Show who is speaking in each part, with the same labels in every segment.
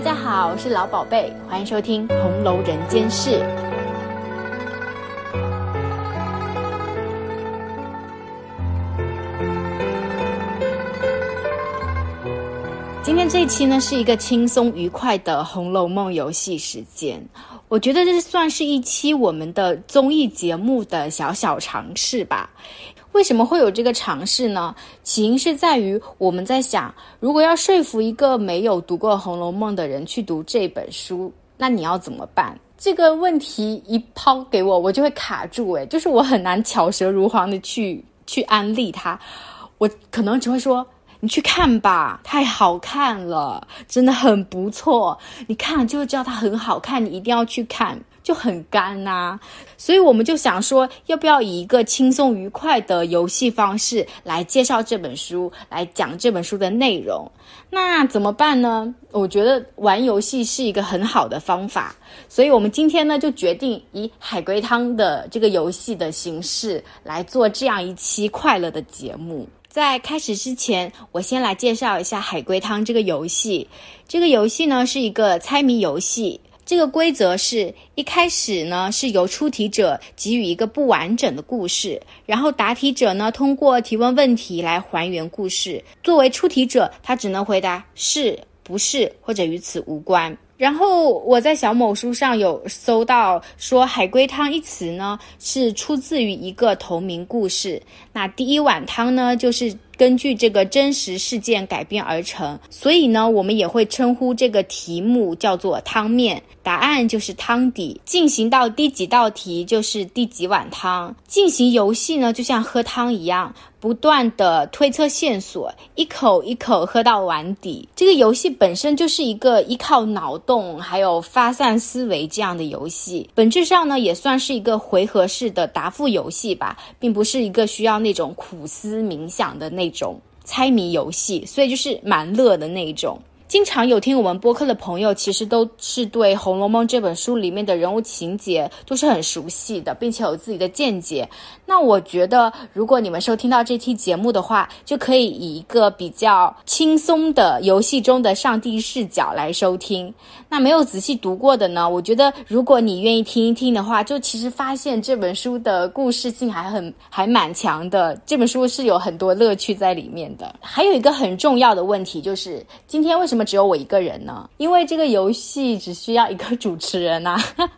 Speaker 1: 家好，我是老宝贝，欢迎收听《红楼人间事》。今天这一期呢，是一个轻松愉快的《红楼梦》游戏时间。我觉得这算是一期我们的综艺节目的小小尝试吧。为什么会有这个尝试呢？起因是在于我们在想，如果要说服一个没有读过《红楼梦》的人去读这本书，那你要怎么办？这个问题一抛给我，我就会卡住、诶，哎，就是我很难巧舌如簧的去去安利他，我可能只会说。你去看吧，太好看了，真的很不错。你看了就会知道它很好看，你一定要去看，就很干啊呐、所以我们就想说，要不要以一个轻松愉快的游戏方式来介绍这本书，来讲这本书的内容？那怎么办呢？我觉得玩游戏是一个很好的方法，所以我们今天呢就决定以海龟汤的这个游戏的形式来做这样一期快乐的节目。在开始之前，我先来介绍一下海龟汤这个游戏。这个游戏呢是一个猜谜游戏，这个规则是一开始呢是由出题者给予一个不完整的故事，然后答题者呢通过提问问题来还原故事。作为出题者，他只能回答是不是或者与此无关。然后我在小某书上有搜到说“海龟汤”一词呢，是出自于一个同名故事。那第一碗汤呢，就是根据这个真实事件改编而成，所以呢，我们也会称呼这个题目叫做汤面，答案就是汤底。进行到第几道题就是第几碗汤。进行游戏呢，就像喝汤一样，不断的推测线索，一口一口喝到碗底。这个游戏本身就是一个依靠脑洞还有发散思维这样的游戏，本质上呢也算是一个回合式的答复游戏吧，并不是一个需要那种苦思冥想的那种猜谜游戏，所以就是蛮乐的那一种。经常有听我们播客的朋友，其实都是对《红楼梦》这本书里面的人物情节都是很熟悉的，并且有自己的见解。那我觉得，如果你们收听到这期节目的话，就可以以一个比较轻松的游戏中的上帝视角来收听。那没有仔细读过的呢，我觉得如果你愿意听一听的话，就其实发现这本书的故事性还很还蛮强的，这本书是有很多乐趣在里面的。还有一个很重要的问题就是，今天为什么只有我一个人呢？因为这个游戏只需要一个主持人啊呐、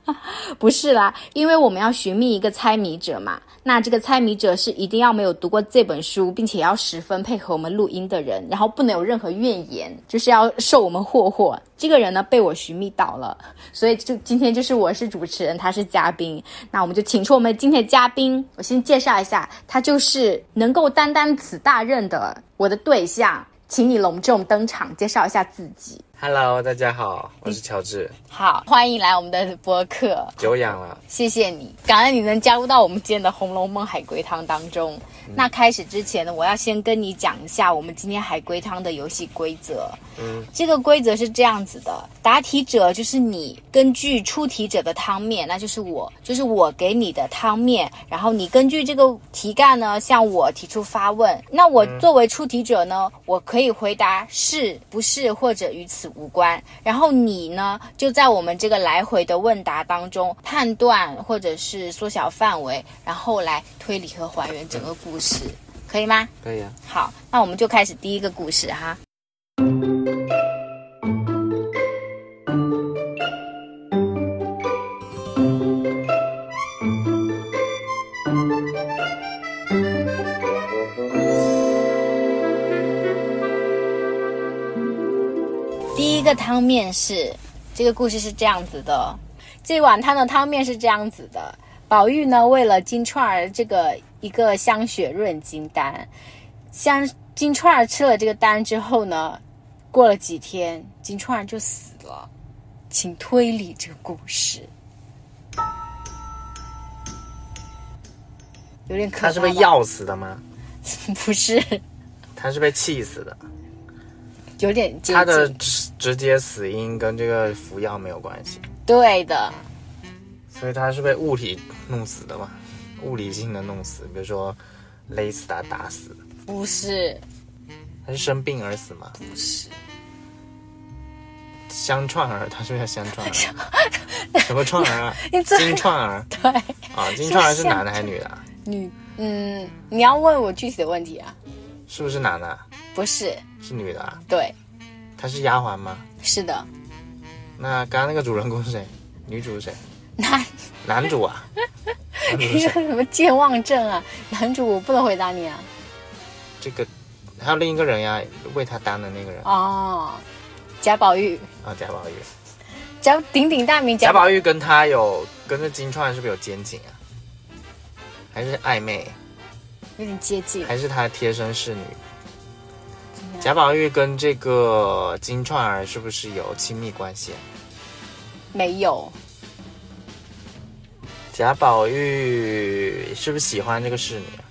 Speaker 1: 不是啦，因为我们要寻觅一个猜谜者嘛。那这个猜谜者是一定要没有读过这本书，并且要十分配合我们录音的人，然后不能有任何怨言，就是要受我们霍霍。这个人呢被我寻觅到了，所以就今天就是我是主持人，他是嘉宾。那我们就请出我们今天的嘉宾，我先介绍一下，他就是能够担当此大任的我的对象，请你隆重登场，介绍一下自己。
Speaker 2: Hello，大家好，我是乔治，
Speaker 1: 好，欢迎来我们的播客。
Speaker 2: 久仰了。
Speaker 1: 谢谢你，感恩你能加入到我们今天的《红楼梦》海龟汤当中。那开始之前呢，我要先跟你讲一下我们今天海龟汤的游戏规则。
Speaker 2: 嗯，
Speaker 1: 这个规则是这样子的：答题者就是你，根据出题者的汤面，那就是我，就是我给你的汤面，然后你根据这个题干呢，向我提出发问。那我作为出题者呢，我可以回答是不是或者与此无关。然后你呢，就在我们这个来回的问答当中判断或者是缩小范围，然后来推理和还原整个故事，可以吗？
Speaker 2: 可以啊。
Speaker 1: 好，那我们就开始第一个故事哈。第一个汤面是，这个故事是这样子的，这碗汤的汤面是这样子的。宝玉呢，为了金钏儿这个一个香雪润金丹，香金钏儿吃了这个丹之后呢，过了几天，金钏儿就死了。请推理这个故事，有点可怕吧。
Speaker 2: 他是被药死的吗？
Speaker 1: 不是，
Speaker 2: 他是被气死的。
Speaker 1: 有点接近。
Speaker 2: 他的直直接死因跟这个服药没有关系，
Speaker 1: 对的，
Speaker 2: 所以他是被物理弄死的嘛，物理性的弄死，比如说勒死他、打死，
Speaker 1: 不是，
Speaker 2: 他是生病而死嘛？
Speaker 1: 不是。
Speaker 2: 香串儿，他是不是叫香串儿？ 什么串儿啊？
Speaker 1: 你这
Speaker 2: 金串儿
Speaker 1: 对
Speaker 2: 啊，金串儿是男的还是女的啊？
Speaker 1: 女，嗯，你要问我具体的问题啊？
Speaker 2: 是不是男的啊？
Speaker 1: 不是，
Speaker 2: 是女的啊？
Speaker 1: 对，
Speaker 2: 她是丫鬟吗？
Speaker 1: 是的，
Speaker 2: 那刚刚那个主人公是谁？女主是谁？
Speaker 1: 那
Speaker 2: 男主 啊？男主
Speaker 1: 你
Speaker 2: 是
Speaker 1: 有
Speaker 2: 谁？
Speaker 1: 什么健忘症啊？男主我不能回答你啊。
Speaker 2: 这个还有另一个人呀，为他担的那个人
Speaker 1: 哦，贾宝玉，
Speaker 2: 啊，贾宝玉。
Speaker 1: 贾鼎鼎大名
Speaker 2: 贾
Speaker 1: 贾宝
Speaker 2: 宝玉跟他有跟这金钏是不是有奸情啊？还是暧昧？
Speaker 1: 有点接近，
Speaker 2: 还是他贴身侍女？
Speaker 1: 怎么样
Speaker 2: 贾宝玉跟这个金钏儿是不是有亲密关系啊？
Speaker 1: 没有，
Speaker 2: 贾宝玉是不是喜欢这个侍女啊？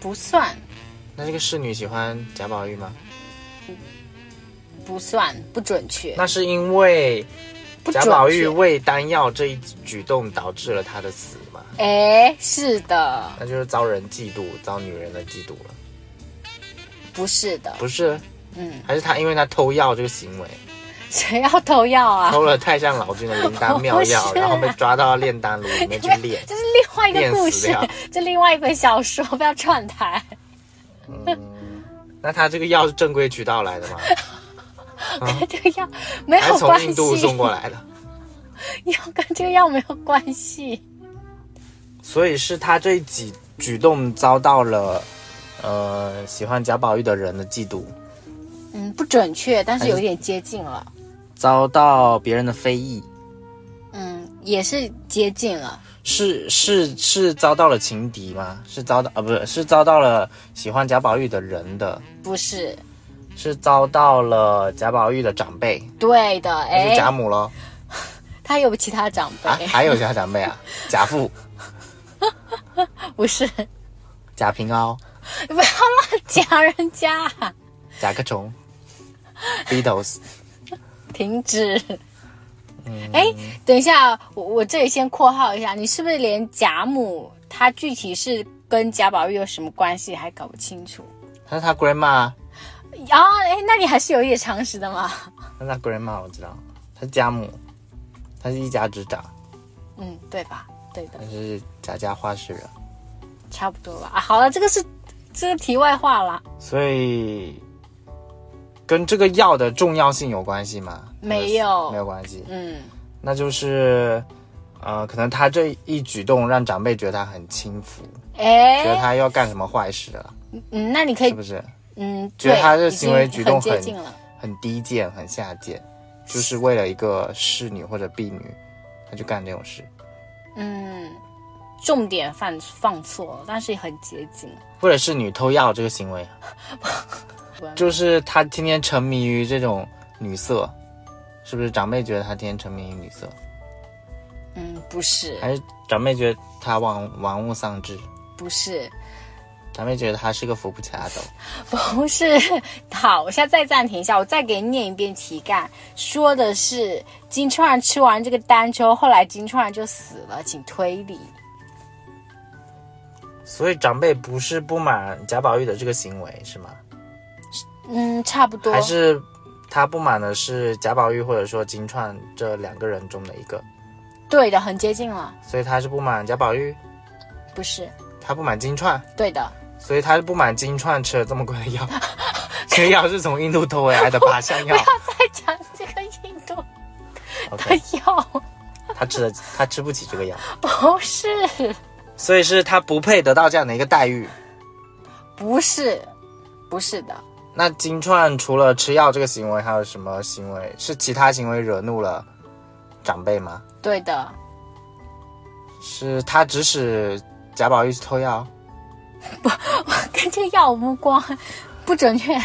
Speaker 1: 不算，
Speaker 2: 那这个侍女喜欢贾宝玉吗？
Speaker 1: 不算，不准确，
Speaker 2: 那是因为
Speaker 1: 不准
Speaker 2: 贾
Speaker 1: 确。
Speaker 2: 宝玉喂丹药这一举动导致了他的死嘛？
Speaker 1: 哎，是的，
Speaker 2: 那就是遭人嫉妒，遭女人的嫉妒了，
Speaker 1: 不是的，
Speaker 2: 不是？
Speaker 1: 嗯，
Speaker 2: 还是他因为他偷药这个行为，
Speaker 1: 谁要偷药啊？
Speaker 2: 偷了太上老君的灵丹妙药，
Speaker 1: 不是啊
Speaker 2: 然后被抓到炼丹炉 里面去炼。
Speaker 1: 这是另外一个故事
Speaker 2: 电死掉，
Speaker 1: 这另外一本小说，不要串台。
Speaker 2: 那他这个药是正规渠道来 的吗？
Speaker 1: 跟 这个药没
Speaker 2: 啊还
Speaker 1: 有
Speaker 2: 是从
Speaker 1: 关
Speaker 2: 印
Speaker 1: 系，
Speaker 2: 度送过来的？
Speaker 1: 药跟这个药没有关系。
Speaker 2: 所以是他这一举举动遭到了，呃，喜欢贾宝玉的人的嫉妒，
Speaker 1: 嗯，不准确，但是有点接近了。
Speaker 2: 遭到别人的非议，
Speaker 1: 嗯，也是接近了。
Speaker 2: 是是是遭到了情敌吗？是遭到啊，不是是遭到了喜欢贾宝玉的人的，
Speaker 1: 不是，
Speaker 2: 是遭到了贾宝玉的长辈，
Speaker 1: 对的，
Speaker 2: 那就
Speaker 1: 哎，
Speaker 2: 贾母喽、
Speaker 1: 他有其他长辈，
Speaker 2: 啊，还有家长辈啊，贾父、
Speaker 1: 不是，
Speaker 2: 贾平凹、
Speaker 1: 不要乱讲人家，
Speaker 2: 甲壳 虫、Beatles，
Speaker 1: 停止。哎、等一下，我我这里先括号一下，你是不是连贾母她具体是跟贾宝玉有什么关系还搞不清楚？
Speaker 2: 他是他 grandma，啊
Speaker 1: 啊，哎，那你还是有一点常识的嘛。
Speaker 2: 那他 grandma 我知道，他是贾母，他是一家之长。
Speaker 1: 嗯，对吧？对的。
Speaker 2: 但是贾家花事人，
Speaker 1: 差不多吧。啊，好了，这个是这个题外话啦，
Speaker 2: 所以跟这个药的重要性有关系吗？
Speaker 1: 没有
Speaker 2: 没有关系。
Speaker 1: 嗯，
Speaker 2: 那就是，呃，可能他这一举动让长辈觉得他很轻浮，觉得
Speaker 1: 哎，
Speaker 2: 他要干什么坏事了，
Speaker 1: 嗯，那你可以
Speaker 2: 是，不是？
Speaker 1: 嗯，
Speaker 2: 觉得
Speaker 1: 对
Speaker 2: 他的
Speaker 1: 已经
Speaker 2: 行为举
Speaker 1: 很
Speaker 2: 动
Speaker 1: 接
Speaker 2: 很
Speaker 1: 近了，
Speaker 2: 很低贱，很下贱，就是为了一个侍女或者婢女，他就干这种事，
Speaker 1: 嗯，重点放放错了，但是也很接近，
Speaker 2: 或者是女偷药这个行为，就是他天天沉迷于这种女色，是不是？长辈觉得他天天沉迷于女色。
Speaker 1: 嗯，不是，
Speaker 2: 还是长辈觉得他玩玩物丧志，
Speaker 1: 不是，
Speaker 2: 长辈觉得他是个扶不起的斗。
Speaker 1: 不是， 好，我现在再暂停一下，我再给你念一遍题干，说的是金钏儿吃完这个丹之后，后来金钏儿就死了，请推理，
Speaker 2: 所以长辈不是不满贾宝玉的这个行为是吗？
Speaker 1: 嗯，差不多，
Speaker 2: 还是他不满的是贾宝玉或者说金钏这两个人中的一个？
Speaker 1: 对的，很接近了，
Speaker 2: 所以他是不满贾宝玉，
Speaker 1: 不是，
Speaker 2: 他不满金钏，
Speaker 1: 对的。
Speaker 2: 所以他是不满金钏吃了这么贵的药。这个药是从印度偷回来的靶向药。
Speaker 1: 再讲这个印度的
Speaker 2: OK，
Speaker 1: 药，
Speaker 2: 他吃了，他吃不起这个药，
Speaker 1: 不是，
Speaker 2: 所以是他不配得到这样的一个待遇。
Speaker 1: 不是，不是的，
Speaker 2: 那金钏除了吃药这个行为，还有什么行为是其他行为惹怒了长辈吗？
Speaker 1: 对的，
Speaker 2: 是他指使贾宝玉去偷药，
Speaker 1: 跟这个药无关，不准确。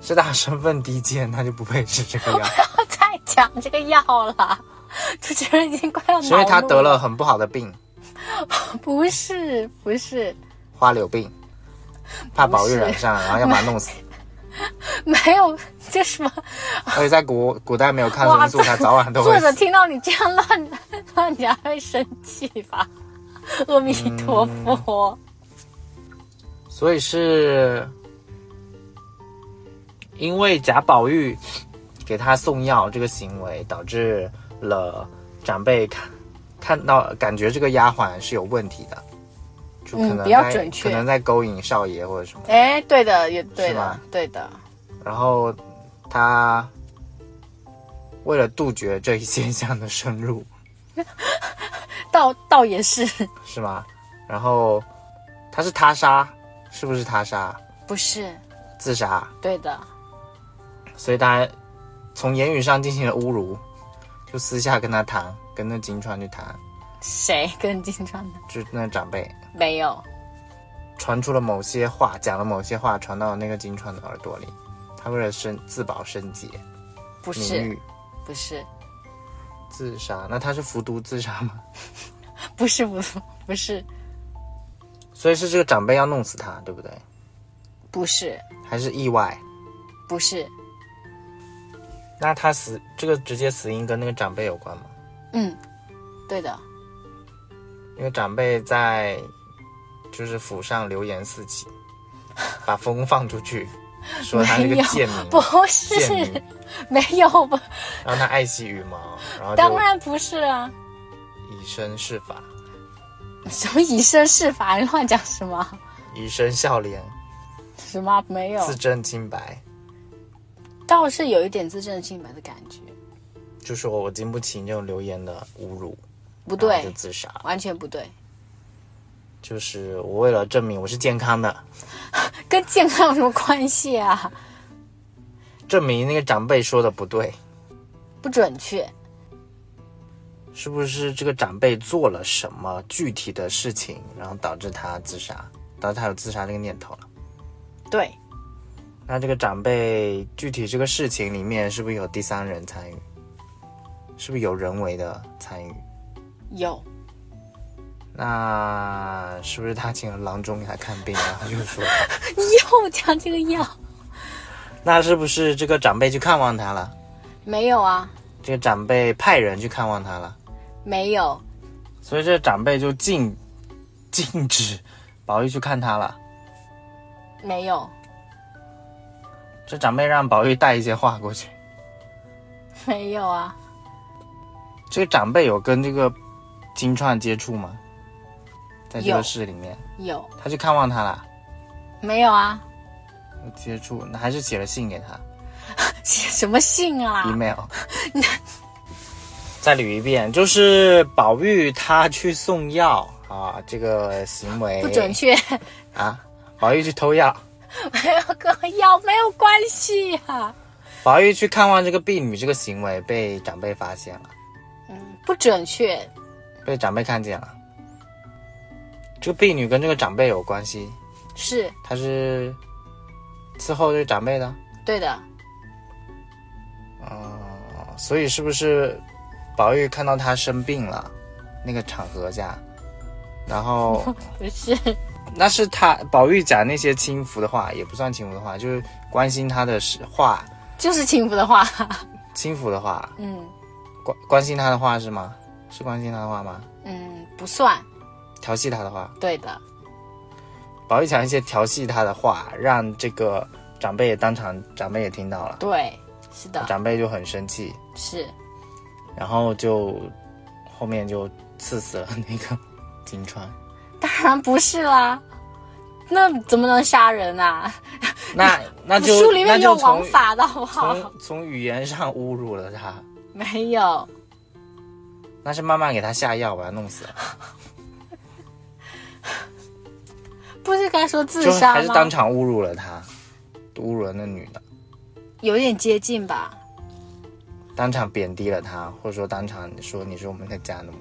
Speaker 2: 是他身份低贱，他就不配吃这个药，
Speaker 1: 再讲这个药了，主持人已经快要恼怒
Speaker 2: 是因为他得，了很不好的病，
Speaker 1: 不是，不是，
Speaker 2: 花柳病，怕宝玉染上，然后要把他弄死。
Speaker 1: 没有，这什么？
Speaker 2: 而且在古古代没有抗
Speaker 1: 哇
Speaker 2: 生素，他早晚都
Speaker 1: 作
Speaker 2: 会
Speaker 1: 者
Speaker 2: 死。
Speaker 1: 听到你这样乱乱讲会生气吧？ 阿弥陀佛，
Speaker 2: 嗯所以是因为贾宝玉给他送药这个行为，导致了长辈看看到感觉这个丫鬟是有问题的，就可
Speaker 1: 嗯
Speaker 2: 能
Speaker 1: 比较
Speaker 2: 在
Speaker 1: 准确
Speaker 2: 可能在勾引少爷或者什么。
Speaker 1: 哎，对的，也对
Speaker 2: 是
Speaker 1: 的
Speaker 2: 吗，
Speaker 1: 对的。
Speaker 2: 然后他为了杜绝这一现象的深入，
Speaker 1: 倒倒也是，
Speaker 2: 是吗？然后他是他杀，是不是他杀？
Speaker 1: 不是
Speaker 2: 自杀，
Speaker 1: 对的，
Speaker 2: 所以他从言语上进行了侮辱，就私下跟他谈，跟那金川去谈，
Speaker 1: 谁跟金川的？
Speaker 2: 就是那长辈
Speaker 1: 没有，
Speaker 2: 传出了某些话，讲了某些话，传到了那个金川的耳朵里。他为了生自保身洁，
Speaker 1: 不
Speaker 2: 名
Speaker 1: 是，
Speaker 2: 誉
Speaker 1: 不是，
Speaker 2: 自杀，那他是服毒自杀吗？
Speaker 1: 不是，不是，不是，
Speaker 2: 所以是这个长辈要弄死他，对不对？
Speaker 1: 不是，
Speaker 2: 还是意外？
Speaker 1: 不是，
Speaker 2: 那他死这个直接死因跟那个长辈有关吗？
Speaker 1: 嗯，对的，
Speaker 2: 因为长辈在就是府上流言四起，把风放出去，说他是个
Speaker 1: 没有
Speaker 2: 贱民，
Speaker 1: 不是，
Speaker 2: 贱 民，
Speaker 1: 没有吧？
Speaker 2: 然后他爱惜羽毛，然后
Speaker 1: 当
Speaker 2: 就
Speaker 1: 然不是啊！
Speaker 2: 以身试法，
Speaker 1: 什么以身试法？你乱讲什么？
Speaker 2: 以身笑脸，
Speaker 1: 什么没有
Speaker 2: 自？证清白，
Speaker 1: 倒是有一点自证清白的感觉，
Speaker 2: 就说我经不起你这种流言的侮辱，
Speaker 1: 不
Speaker 2: 不啊就
Speaker 1: 对，
Speaker 2: 自杀，
Speaker 1: 完全不对，
Speaker 2: 就是我为了证明我是健康的，
Speaker 1: 跟健康有什么关系啊？
Speaker 2: 证明那个长辈说的不对，
Speaker 1: 不准确，
Speaker 2: 是不是这个长辈做了什么具体的事情，然后导致他自杀，导致他有自杀这个念头了？
Speaker 1: 对，
Speaker 2: 那这个长辈具体这个事情里面是不是有第三人参与？是不是有人为的参与？
Speaker 1: 有
Speaker 2: 那是不是他请了郎中给他看病，然后就说，
Speaker 1: 又讲这个药
Speaker 2: 那是不是这个长辈去看望他了？
Speaker 1: 没有啊？
Speaker 2: 这个长辈派人去看望他了，
Speaker 1: 没有，
Speaker 2: 所以这个长辈就禁禁止宝玉去看他了。
Speaker 1: 没有，
Speaker 2: 这长辈让宝玉带一些话过去。
Speaker 1: 没有啊？
Speaker 2: 这个长辈有跟这个金钏接触吗？在这
Speaker 1: 有
Speaker 2: 个室里面，
Speaker 1: 有
Speaker 2: 他去看望他了，
Speaker 1: 没有啊？
Speaker 2: 有接触，那还是写了信给他。
Speaker 1: 写什么信啊？
Speaker 2: email。再捋一遍，就是宝玉他去送药啊，这个行为
Speaker 1: 不准确，
Speaker 2: 啊，宝玉去偷药，
Speaker 1: 没有跟药没有关系啊。
Speaker 2: 宝玉去看望这个婢女，这个行为被长辈发现了，
Speaker 1: 嗯，不准确，
Speaker 2: 被长辈看见了。这个婢女跟这个长辈有关系，
Speaker 1: 是
Speaker 2: 她是伺候这个长辈的，
Speaker 1: 对的，
Speaker 2: 哦所以是不是宝玉看到她生病了，那个场合下，然后。
Speaker 1: 不是
Speaker 2: 那是他宝玉讲那些轻浮的话，也不算轻浮的话，就是关心他的事话，
Speaker 1: 就是轻浮的话，
Speaker 2: 轻浮的话，
Speaker 1: 嗯
Speaker 2: 关关心他的话是吗？是关心他的话吗？
Speaker 1: 嗯，不算
Speaker 2: 调戏他的话，
Speaker 1: 对的，
Speaker 2: 宝玉讲一些调戏他的话，让这个长辈也当场，长辈也听到了，
Speaker 1: 对，是的，
Speaker 2: 长辈就很生气，
Speaker 1: 是
Speaker 2: 然后就后面就刺死了那个 金钏。
Speaker 1: 当然不是啦，那怎么能杀人啊？
Speaker 2: 那那就
Speaker 1: 书里面
Speaker 2: 那
Speaker 1: 没
Speaker 2: 就
Speaker 1: 有
Speaker 2: 从
Speaker 1: 王法的好不好？
Speaker 2: 从从语言上侮辱了他，
Speaker 1: 没有，
Speaker 2: 那是妈妈给他下药把他弄死了。
Speaker 1: 不是该说自
Speaker 2: 就是
Speaker 1: 杀
Speaker 2: 还是
Speaker 1: 吗
Speaker 2: 当？场侮辱了她，侮辱了那女的，
Speaker 1: 有点接近吧，
Speaker 2: 当场贬低了她，或者说当场说你是我们的家奴，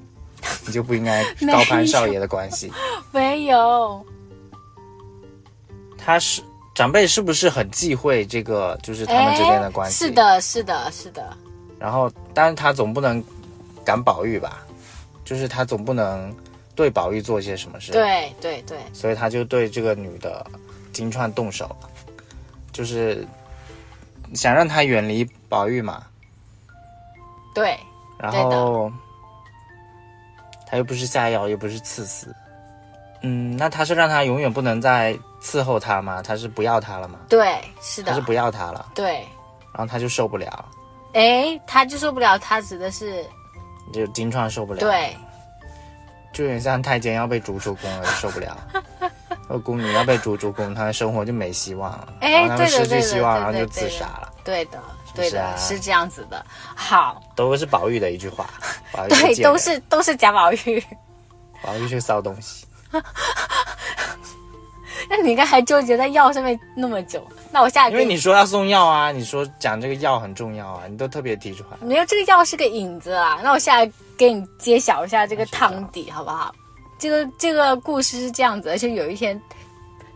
Speaker 2: 你就不应该
Speaker 1: 没
Speaker 2: 高攀少爷的关系。
Speaker 1: 没有，
Speaker 2: 他是长辈是不是很忌讳这个，就是他们之间的关系？
Speaker 1: 哎是。的，是的，是的，
Speaker 2: 然后，但是他总不能赶宝玉吧？就是他总不能对宝玉做些什么事。。
Speaker 1: 对对对，
Speaker 2: 所以他就对这个女的金钏动手了，就是想让她远离宝玉嘛。
Speaker 1: 对，
Speaker 2: 然
Speaker 1: 对的
Speaker 2: 后他又不是下药，又不是赐死，嗯，那他是让他永远不能再伺候他吗？他是不要他了吗？
Speaker 1: 对，是
Speaker 2: 他
Speaker 1: 的
Speaker 2: 是，不要他了，
Speaker 1: 对，
Speaker 2: 然后他就受不了，
Speaker 1: 哎，他就受不了，他指的是
Speaker 2: 就金川受不了，，
Speaker 1: 对，
Speaker 2: 就有点像太监要被逐出宫了，受不 了。呃，宫女要被逐出宫，她的生活就没希望了，
Speaker 1: 哎
Speaker 2: 然后她
Speaker 1: 对的
Speaker 2: 们失去
Speaker 1: 对的
Speaker 2: 希望，
Speaker 1: 对
Speaker 2: 然后
Speaker 1: 对
Speaker 2: 就
Speaker 1: 对
Speaker 2: 自
Speaker 1: 的
Speaker 2: 杀了，
Speaker 1: 对的，
Speaker 2: 不
Speaker 1: 对
Speaker 2: 是
Speaker 1: 的，
Speaker 2: 啊
Speaker 1: 是这样子的。好，
Speaker 2: 都是宝玉的一句话。 宝玉
Speaker 1: 对，
Speaker 2: 贱
Speaker 1: 都
Speaker 2: 人
Speaker 1: 是都是贾宝玉。
Speaker 2: 宝玉是个骚东西，
Speaker 1: 那你刚才纠结在药上面那么久，那我下一
Speaker 2: 因
Speaker 1: 个
Speaker 2: 为你说要送药啊，你说讲这个药很重要啊，你都特别提出来。
Speaker 1: 没有这个药是个引子啊。那我下来给你揭晓一下这个汤底，好不好？这个这个故事是这样子的，就有一天，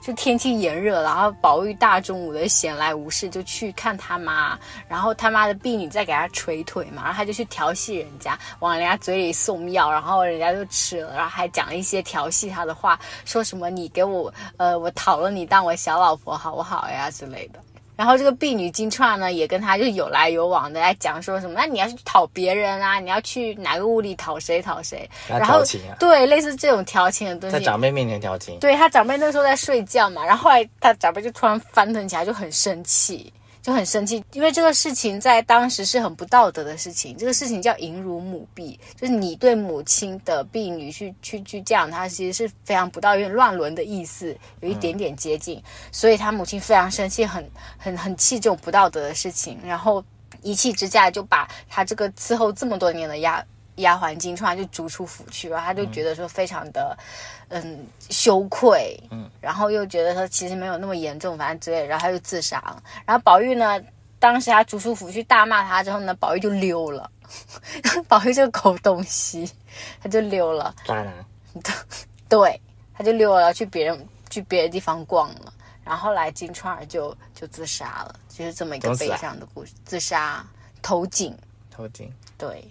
Speaker 1: 就天气炎热，然后宝玉大中午的闲来无事就去看他妈，然后他妈的婢女在给他捶腿嘛，然后他就去调戏人家，往人家嘴里送药，然后人家就吃了，然后还讲了一些调戏他的话，说什么你给我呃我讨了你当我小老婆好不好呀之类的。然后这个婢女金钏呢，也跟他就有来有往的来讲说什么，那你要去讨别人啊，你要去哪个屋里讨谁讨谁，
Speaker 2: 来
Speaker 1: 然后
Speaker 2: 调情啊
Speaker 1: 对类似这种调情的东西，
Speaker 2: 在长辈面前调情，
Speaker 1: 对他长辈那时候在睡觉嘛，然后后来他长辈就突然翻腾起来，就很生气，就很生气，因为这个事情在当时是很不道德的事情。这个事情叫淫辱母婢，就是你对母亲的婢女去去去这样，他其实是非常不道德，有点乱伦的意思，有一点点接近。所以他母亲非常生气，很很很气这种不道德的事情，然后一气之下就把他这个伺候这么多年的丫丫鬟金钏就逐出府去了，他就觉得说非常的嗯羞愧，嗯，然后又觉得说其实没有那么严重，反正之类的，然后他就自杀了。然后宝玉呢，当时他逐出府去大骂他之后呢，宝玉就溜了， 宝玉这个狗东西，他就溜了。
Speaker 2: 渣男。
Speaker 1: 对，他就溜了，去别人去别的地方逛了。然后后来金钏儿就就自杀了，就是这么一个
Speaker 2: 怎么死
Speaker 1: 悲
Speaker 2: 啊
Speaker 1: 伤的故事。自杀，投井，
Speaker 2: 头巾
Speaker 1: 对，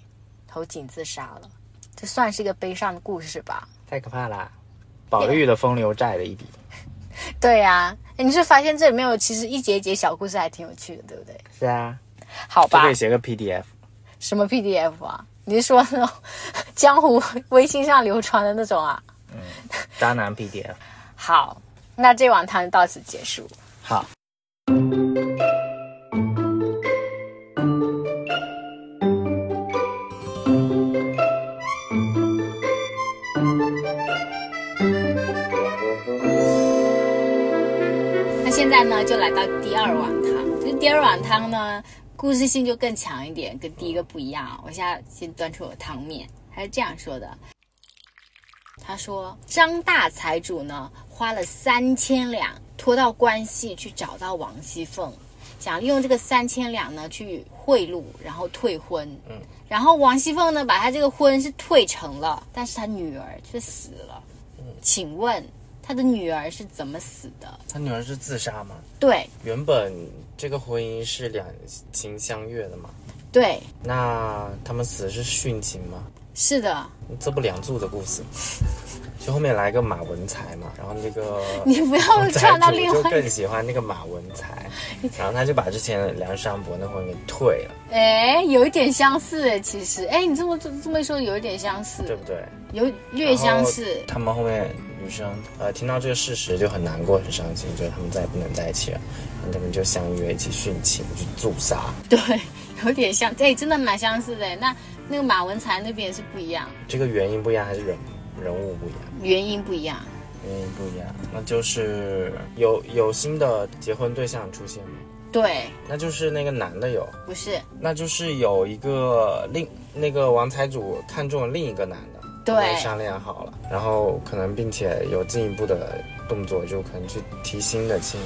Speaker 1: 投井自杀了，这算是一个悲伤的故事吧？
Speaker 2: 太可怕啦！宝玉的风流债的一笔，
Speaker 1: 对呀、诶你是发现这里面有其实一节一节小故事还挺有趣的，对不对？
Speaker 2: 是啊，
Speaker 1: 好
Speaker 2: 就
Speaker 1: 吧
Speaker 2: 可以，写个 PDF。
Speaker 1: 什么 PDF 啊？你是说那种 江湖微信上流传的那种啊？
Speaker 2: 渣男 PDF。
Speaker 1: 好，那这碗汤就到此结束。
Speaker 2: 好，
Speaker 1: 那现在呢，就来到第二碗汤。就是第二碗汤呢，故事性就更强一点，跟第一个不一样啊。我现在先端出我汤面，他是这样说的：他说张大财主呢，花了三千两，托到关系去找到王熙凤，想利用这个三千两呢去贿赂，然后退婚。嗯，然后王熙凤呢，把他这个婚是退成了，但是他女儿却死了。请问他的女儿是怎么死的？
Speaker 2: 他女儿是自杀吗？
Speaker 1: 对
Speaker 2: 原本这个婚姻是两情相悦的嘛，
Speaker 1: 对，
Speaker 2: 那他们死是殉情吗？
Speaker 1: 是的，
Speaker 2: 这不两柱的故事，就后面来个马文才嘛，然后 那个
Speaker 1: 你不要
Speaker 2: 财
Speaker 1: 转到
Speaker 2: 主
Speaker 1: 另
Speaker 2: 就
Speaker 1: 外一
Speaker 2: 更
Speaker 1: 个。
Speaker 2: 喜欢那个马文才，然后他就把之前梁山伯那婚给退了，
Speaker 1: 哎，有一点相似哎，其实，哎，你这么这这么一说，有一点相似
Speaker 2: 对，不对？
Speaker 1: 有略相似。
Speaker 2: 他们后面女生呃听到这个事实就很难过，很伤心，觉得他们再也不能在一起了，然后他们就相约一起殉情，去自杀。
Speaker 1: 对，有点 像，哎，真的蛮相似的。那那个马文才那边是不一样，
Speaker 2: 这个原因不一样，还是人人物不一样？
Speaker 1: 原因不一样。
Speaker 2: 原因不一样，那就是有有新的结婚对象出现吗？
Speaker 1: 对，
Speaker 2: 那就是那个男的有，
Speaker 1: 不是，
Speaker 2: 那就是有一个另那个王财主看中了另一个男的，
Speaker 1: 对
Speaker 2: 他们商量好了，然后可能并且有进一步的动作，就可能去提新的亲，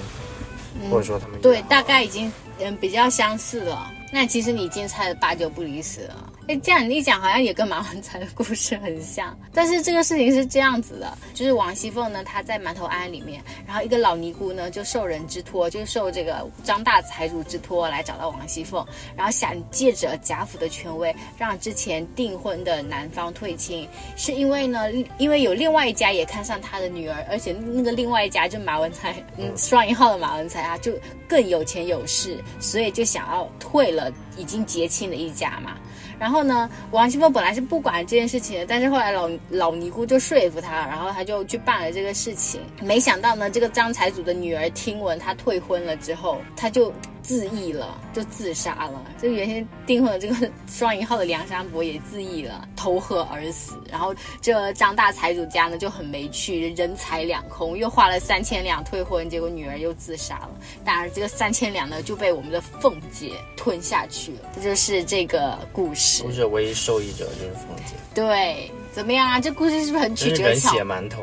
Speaker 2: 或者说他们约
Speaker 1: 嗯对，
Speaker 2: 好
Speaker 1: 大概已经嗯比较相似了。那其实你已经猜的八九不离十了。哎，这样你一讲，好像也跟马文才的故事很像。但是这个事情是这样子的，就是王熙凤呢，她在馒头庵里面，然后一个老尼姑呢，就受人之托，就受这个张大财主之托来找到王熙凤，然后想借着贾府的权威，让之前订婚的男方退亲，是因为呢，因为有另外一家也看上他的女儿，而且那个另外一家就马文才，嗯，双引号的马文才啊，就更有钱有势，所以就想要退了已经结亲的一家嘛。然后呢，王熙凤本来是不管这件事情的，但是后来老老尼姑就说服她，然后她就去办了这个事情。没想到呢，这个张财主的女儿听闻她退婚了之后，她就自缢了，就自杀了。就原先订婚的这个 双引号的梁山伯也自缢了，投河而死。然后这张大财主家呢就很没趣，人财两空，又花了三千两退婚，结果女儿又自杀了。当然，这个三千两呢就被我们的凤姐吞下去了。这就是这个故事
Speaker 2: 不。是唯一受益者就是凤姐，
Speaker 1: 对，怎么样啊？这故事是不是很曲
Speaker 2: 真是
Speaker 1: 折
Speaker 2: 人
Speaker 1: 巧
Speaker 2: 血？馒头，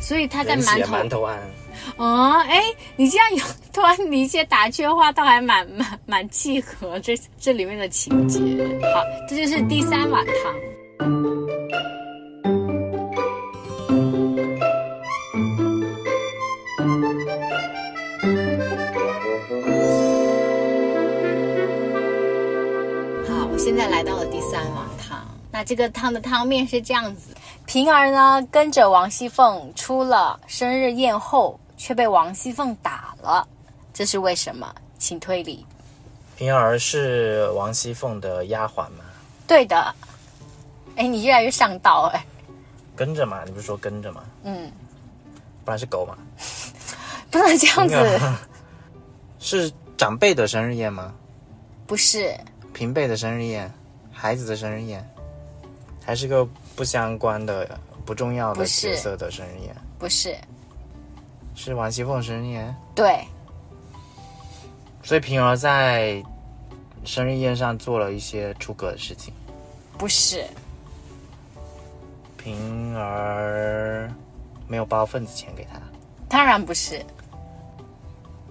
Speaker 1: 所以他在
Speaker 2: 人
Speaker 1: 馒
Speaker 2: 血
Speaker 1: 头，
Speaker 2: 馒头案，
Speaker 1: 哦，哎，你这样有突然你一些打趣的话，倒还蛮蛮蛮契合这这里面的情节。好，这就是第三碗汤。好，我现在来到了第三碗汤。那这个汤的汤面是这样子：平儿呢跟着王熙凤出了生日宴后，却被王熙凤打了，这是为什么？请推理。
Speaker 2: 平儿是王熙凤的丫鬟嘛，
Speaker 1: 对的。哎，你越来越上道哎。
Speaker 2: 跟着嘛，你不是说跟着嘛，
Speaker 1: 嗯，
Speaker 2: 不然是狗嘛，
Speaker 1: 不能这样子。
Speaker 2: 是长辈的生日宴吗？
Speaker 1: 不是，
Speaker 2: 平辈的生日宴，孩子的生日宴，还是个不相关的、不重要
Speaker 1: 不
Speaker 2: 的
Speaker 1: 是
Speaker 2: 角色的生日宴？
Speaker 1: 不是，
Speaker 2: 是王熙凤生日宴，
Speaker 1: 对，
Speaker 2: 所以平儿在生日宴上做了一些出格的事情。
Speaker 1: 不是，
Speaker 2: 平儿没有包份子钱给他，
Speaker 1: 当然不是，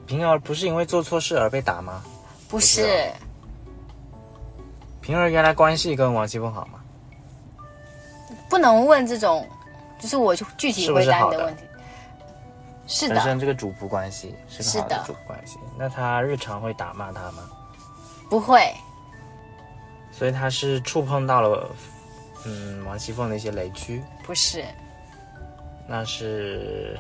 Speaker 2: 平儿不是因为做错事而被打吗？
Speaker 1: 不
Speaker 2: 是
Speaker 1: 是，
Speaker 2: 平儿原来关系跟王熙凤好吗？
Speaker 1: 不能问这种，就是我就具体
Speaker 2: 是不
Speaker 1: 回
Speaker 2: 是
Speaker 1: 答你
Speaker 2: 好
Speaker 1: 的
Speaker 2: 的
Speaker 1: 问题。是
Speaker 2: 本
Speaker 1: 的，
Speaker 2: 身这个主仆关系是
Speaker 1: 是
Speaker 2: 个好
Speaker 1: 的
Speaker 2: 的主仆关系，那他日常会打骂他吗？
Speaker 1: 不会，
Speaker 2: 所以他是触碰到了，嗯，王熙凤的一些雷区。
Speaker 1: 不是，
Speaker 2: 那是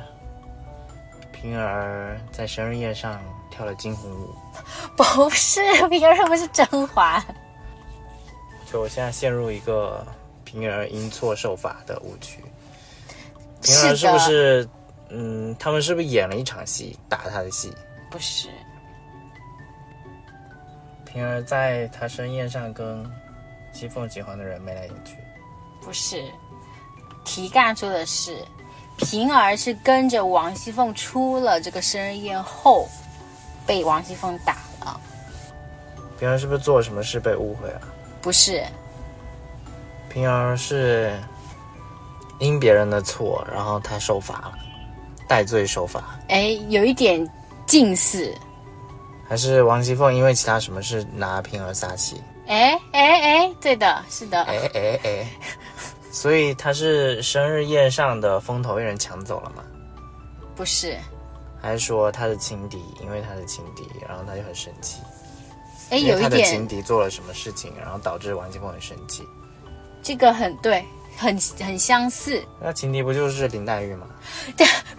Speaker 2: 平儿在生日宴上跳了惊鸿舞，
Speaker 1: 不是， 平儿不是甄嬛。
Speaker 2: 所以我现在陷入一个平儿因错受罚的误区。平
Speaker 1: 是
Speaker 2: 儿
Speaker 1: 的
Speaker 2: 是不是？嗯，他们是不是演了一场戏，打他的戏？
Speaker 1: 不是，
Speaker 2: 平儿在他生日宴上跟熙凤喜欢的人眉来眼去，
Speaker 1: 不是，题干说的是，平儿是跟着王熙凤出了这个生日宴后，被王熙凤打了。
Speaker 2: 平儿是不是做了什么事被误会了？
Speaker 1: 不是，
Speaker 2: 平儿是因别人的错，然后他受罚了，戴罪受罚。
Speaker 1: 哎，有一点近似。
Speaker 2: 还是王熙凤因为其他什么事拿平儿撒气？
Speaker 1: 哎哎哎，对的，是的，
Speaker 2: 哎哎哎！ 所以她是生日宴上的风头被人抢走了吗？
Speaker 1: 不是。
Speaker 2: 还是说她的情敌，因为她的情敌，然后她就很生气？
Speaker 1: 哎，
Speaker 2: 因
Speaker 1: 有
Speaker 2: 为
Speaker 1: 一
Speaker 2: 她的
Speaker 1: 点，
Speaker 2: 情敌做了什么事情，然后导致王熙凤很生气？
Speaker 1: 这个很对，很很相似。
Speaker 2: 那情敌不就是林黛玉吗？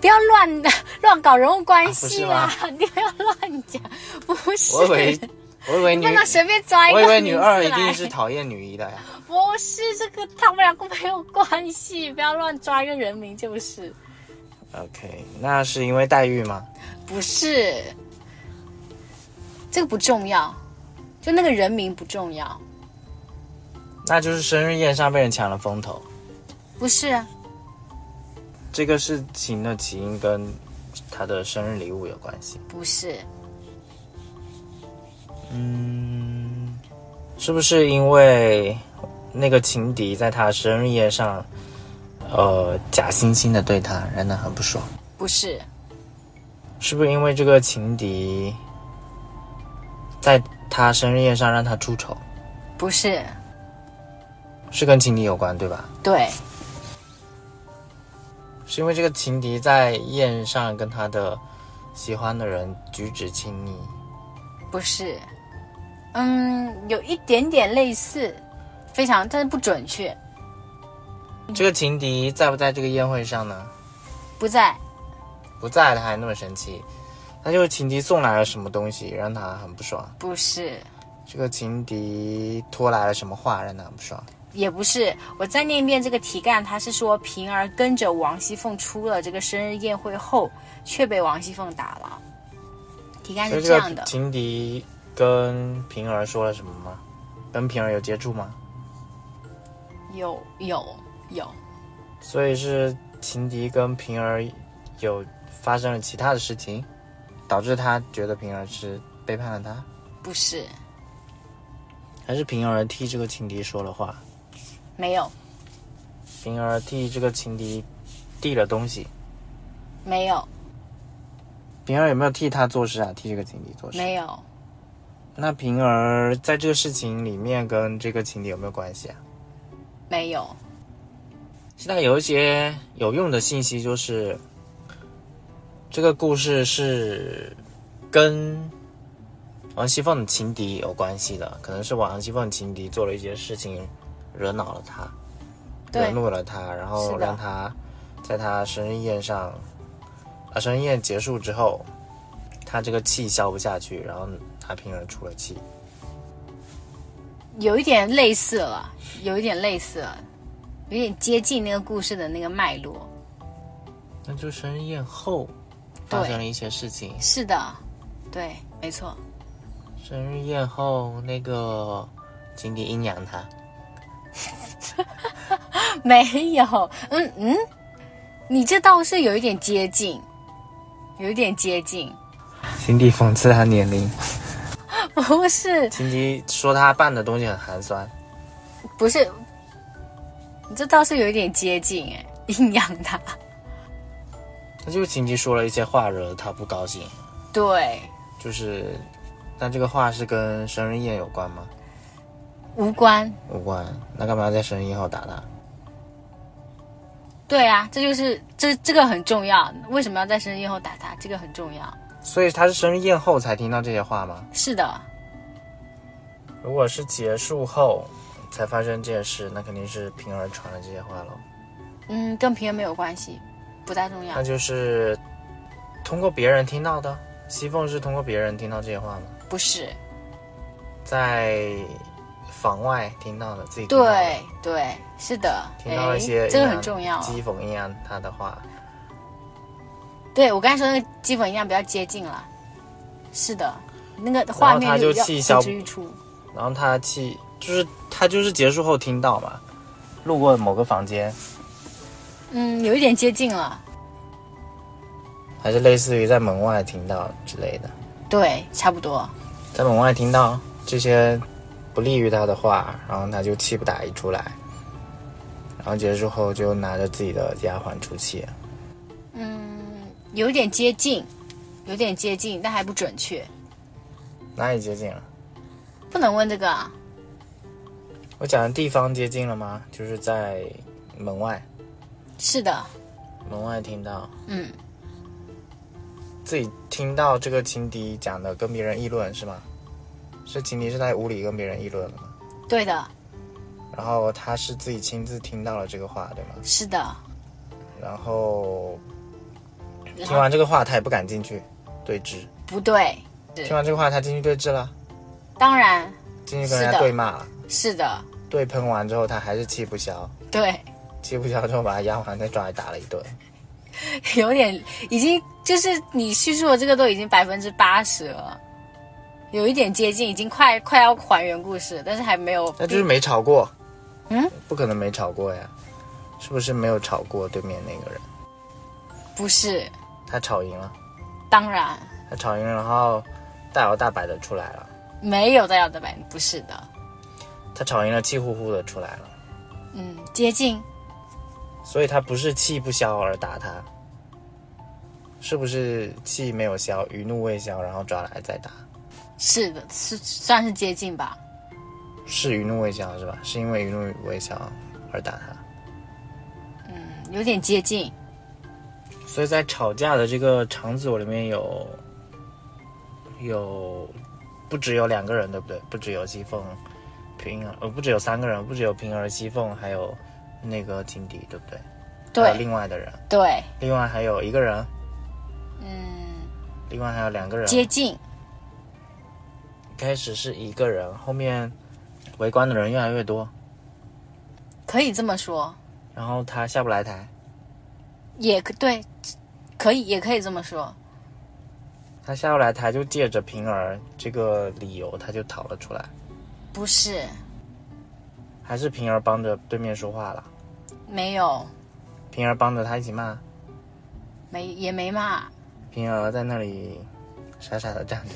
Speaker 1: 不要乱 乱搞人物关系
Speaker 2: 啊
Speaker 1: 你不要乱讲，不是。
Speaker 2: 我以 为，我以为女
Speaker 1: 不，能随便抓一个
Speaker 2: 我以为女
Speaker 1: 名字
Speaker 2: 二一
Speaker 1: 来
Speaker 2: 定是讨厌女一的呀。
Speaker 1: 不是这个，他们两个没有关系，不要乱抓一个人名，就是。
Speaker 2: OK，那是因为黛玉吗？
Speaker 1: 不是，这个不重要，就那个人名不重要。
Speaker 2: 那就是生日宴上被人抢了风头，
Speaker 1: 不是啊，
Speaker 2: 这个事情的起因跟她的生日礼物有关系。
Speaker 1: 不是，
Speaker 2: 嗯，是不是因为那个情敌在他生日宴上，呃，假惺惺的对他，让他很不爽？
Speaker 1: 不是，
Speaker 2: 是不是因为这个情敌在他生日宴上让他出丑，
Speaker 1: 不是，
Speaker 2: 是跟情敌有关对吧？
Speaker 1: 对，
Speaker 2: 是因为这个情敌在宴上跟他的喜欢的人举止亲昵，
Speaker 1: 不是，嗯，有一点点类似，非常，但是不准确，
Speaker 2: 这个情敌在不在这个宴会上呢？
Speaker 1: 不在，
Speaker 2: 不在，他还那么生气，那就是情敌送来了什么东西让他很不爽。
Speaker 1: 不是，
Speaker 2: 这个情敌拖来了什么话让他们说？
Speaker 1: 也不是，我再念一遍这个题干，他是说平儿跟着王熙凤出了这个生日宴会后，却被王熙凤打了。题干
Speaker 2: 所以
Speaker 1: 是
Speaker 2: 这
Speaker 1: 这样
Speaker 2: 个
Speaker 1: 的，
Speaker 2: 情敌跟平儿说了什么吗？跟平儿有接触吗？
Speaker 1: 有有有，
Speaker 2: 所以是情敌跟平儿有发生了其他的事情，导致他觉得平儿是背叛了他，
Speaker 1: 不是
Speaker 2: 还是平儿替这个情敌说了话？
Speaker 1: 没有
Speaker 2: 平儿替这个情敌递了东西，
Speaker 1: 没有
Speaker 2: 平儿有没有替他做事啊？替这个情敌做事？
Speaker 1: 没有
Speaker 2: 那平儿在这个事情里面跟这个情敌有没有关系啊？
Speaker 1: 没有，
Speaker 2: 现在有一些有用的信息，就是这个故事是跟王熙凤的情敌有关系的，可能是王熙凤情敌做了一些事情，惹恼了她，惹
Speaker 1: 对
Speaker 2: 怒了她，然
Speaker 1: 是
Speaker 2: 后
Speaker 1: 的
Speaker 2: 让她在她生日宴上，啊，生日宴结束之后，她这个气消不下去，然后拿平儿出了气。
Speaker 1: 有一点类似了，有一点类似了，有点接近那个故事的那个脉络。
Speaker 2: 那就生日宴后发
Speaker 1: 对
Speaker 2: 生了一些事情，
Speaker 1: 是的，对，没错，
Speaker 2: 生日宴后，那个情敌阴阳他，
Speaker 1: 没有，嗯嗯，你这倒是有一点接近，有一点接近，
Speaker 2: 情敌讽刺他年龄，
Speaker 1: 不 是
Speaker 2: 情敌说他办的东西很寒酸，
Speaker 1: 不是，你这倒是有一点接近哎， 阴阳他，
Speaker 2: 那就是情敌说了一些话惹他不高兴，
Speaker 1: 对，
Speaker 2: 就是，那这个话是跟生日宴有关吗？
Speaker 1: 无关，
Speaker 2: 无关，那干嘛要在生日宴后打他？
Speaker 1: 对啊，这就是这这个很重要，为什么要在生日宴后打他？这个很重要，
Speaker 2: 所以他是生日宴后才听到这些话吗？
Speaker 1: 是的，
Speaker 2: 如果是结束后才发生这件事，那肯定是平儿传了这些话喽。
Speaker 1: 嗯，跟平儿没有关系，不太重要
Speaker 2: 那，就是通过别人听到的，西凤是通过别人听到这些话吗？
Speaker 1: 不是，
Speaker 2: 在房外听到的，自己听到的
Speaker 1: 对对，是的，
Speaker 2: 听到了一些
Speaker 1: 哎这个
Speaker 2: 阴
Speaker 1: 很
Speaker 2: 阳
Speaker 1: 重要啊、
Speaker 2: 讥讽阴阳他的话，
Speaker 1: 对我刚才说那个基本一样比较接近了，是的，那个
Speaker 2: 然
Speaker 1: 画
Speaker 2: 后他
Speaker 1: 面
Speaker 2: 就
Speaker 1: 比较
Speaker 2: 气消
Speaker 1: 呼之欲出，
Speaker 2: 然后他气就是他就是结束后听到嘛，路过某个房间，
Speaker 1: 嗯，有一点接近了，
Speaker 2: 还是类似于在门外听到之类的，
Speaker 1: 对，差不多，
Speaker 2: 在门外听到这些不利于他的话，然后他就气不打一处来，然后结束后就拿着自己的丫鬟出气，
Speaker 1: 嗯，有一点接近，有点接近，但还不准确，
Speaker 2: 哪里接近了？
Speaker 1: 不能问这个啊，
Speaker 2: 我讲的地方接近了吗？就是在门外，
Speaker 1: 是的，
Speaker 2: 门外听到。
Speaker 1: 嗯，
Speaker 2: 自己听到这个情敌讲的，跟别人议论是吗？是情敌是在屋里跟别人议论的吗？
Speaker 1: 对的，
Speaker 2: 然后他是自己亲自听到了这个话，对吗？
Speaker 1: 是的，嗯
Speaker 2: 然后
Speaker 1: 然
Speaker 2: 听
Speaker 1: 后
Speaker 2: 完这个话，他也不敢进去对峙。
Speaker 1: 不对，对
Speaker 2: 听完这个话，他进去对峙了，
Speaker 1: 当然
Speaker 2: 进去跟人
Speaker 1: 是
Speaker 2: 家
Speaker 1: 的
Speaker 2: 对骂了，
Speaker 1: 是的，
Speaker 2: 对喷完之后，他还是气不消，
Speaker 1: 对，
Speaker 2: 气不消之后把他丫鬟再抓来打了一顿。
Speaker 1: 有点已经就是你叙述的这个都已经百分之八十了。有一点接近，已经快快要还原故事，但是还没有。
Speaker 2: 那就是没吵过，
Speaker 1: 嗯，
Speaker 2: 不可能没吵过呀，是不是没有吵过对面那个人？
Speaker 1: 不是，
Speaker 2: 他吵赢了，
Speaker 1: 当然
Speaker 2: 他吵赢了，然后大摇大摆的出来了。
Speaker 1: 没有在摇的摆，不是的，
Speaker 2: 他吵赢了，气呼呼的出来了，
Speaker 1: 嗯，接近
Speaker 2: 所以他不是气不消而打他，是不是气没有消，余怒未消，然后抓来再打？
Speaker 1: 是的，是算是接近吧，
Speaker 2: 是余怒未消是吧？是因为余怒未消而打他，
Speaker 1: 嗯，有点接近，
Speaker 2: 所以在吵架的这个场所里面有有不只有两个人，对不对？不只有西凤平儿，呃，不只有三个人，不只有平儿、西凤，还有那个情敌，对不对？还有
Speaker 1: 对
Speaker 2: 另外的人，
Speaker 1: 对，
Speaker 2: 另外还有一个人，
Speaker 1: 嗯，
Speaker 2: 啊另外还有两个人，
Speaker 1: 接近，
Speaker 2: 开始是一个人，后面围观的人越来越多，
Speaker 1: 可以这么说，
Speaker 2: 然后他下不来台，
Speaker 1: 也可对，可以也可以这么说。
Speaker 2: 他下不来台就借着平儿这个理由，他就逃了出来，
Speaker 1: 不是，
Speaker 2: 还是平儿帮着对面说话了，
Speaker 1: 没有，
Speaker 2: 平儿帮着他一起骂，
Speaker 1: 没也没骂，
Speaker 2: 平儿在那里傻傻的站着。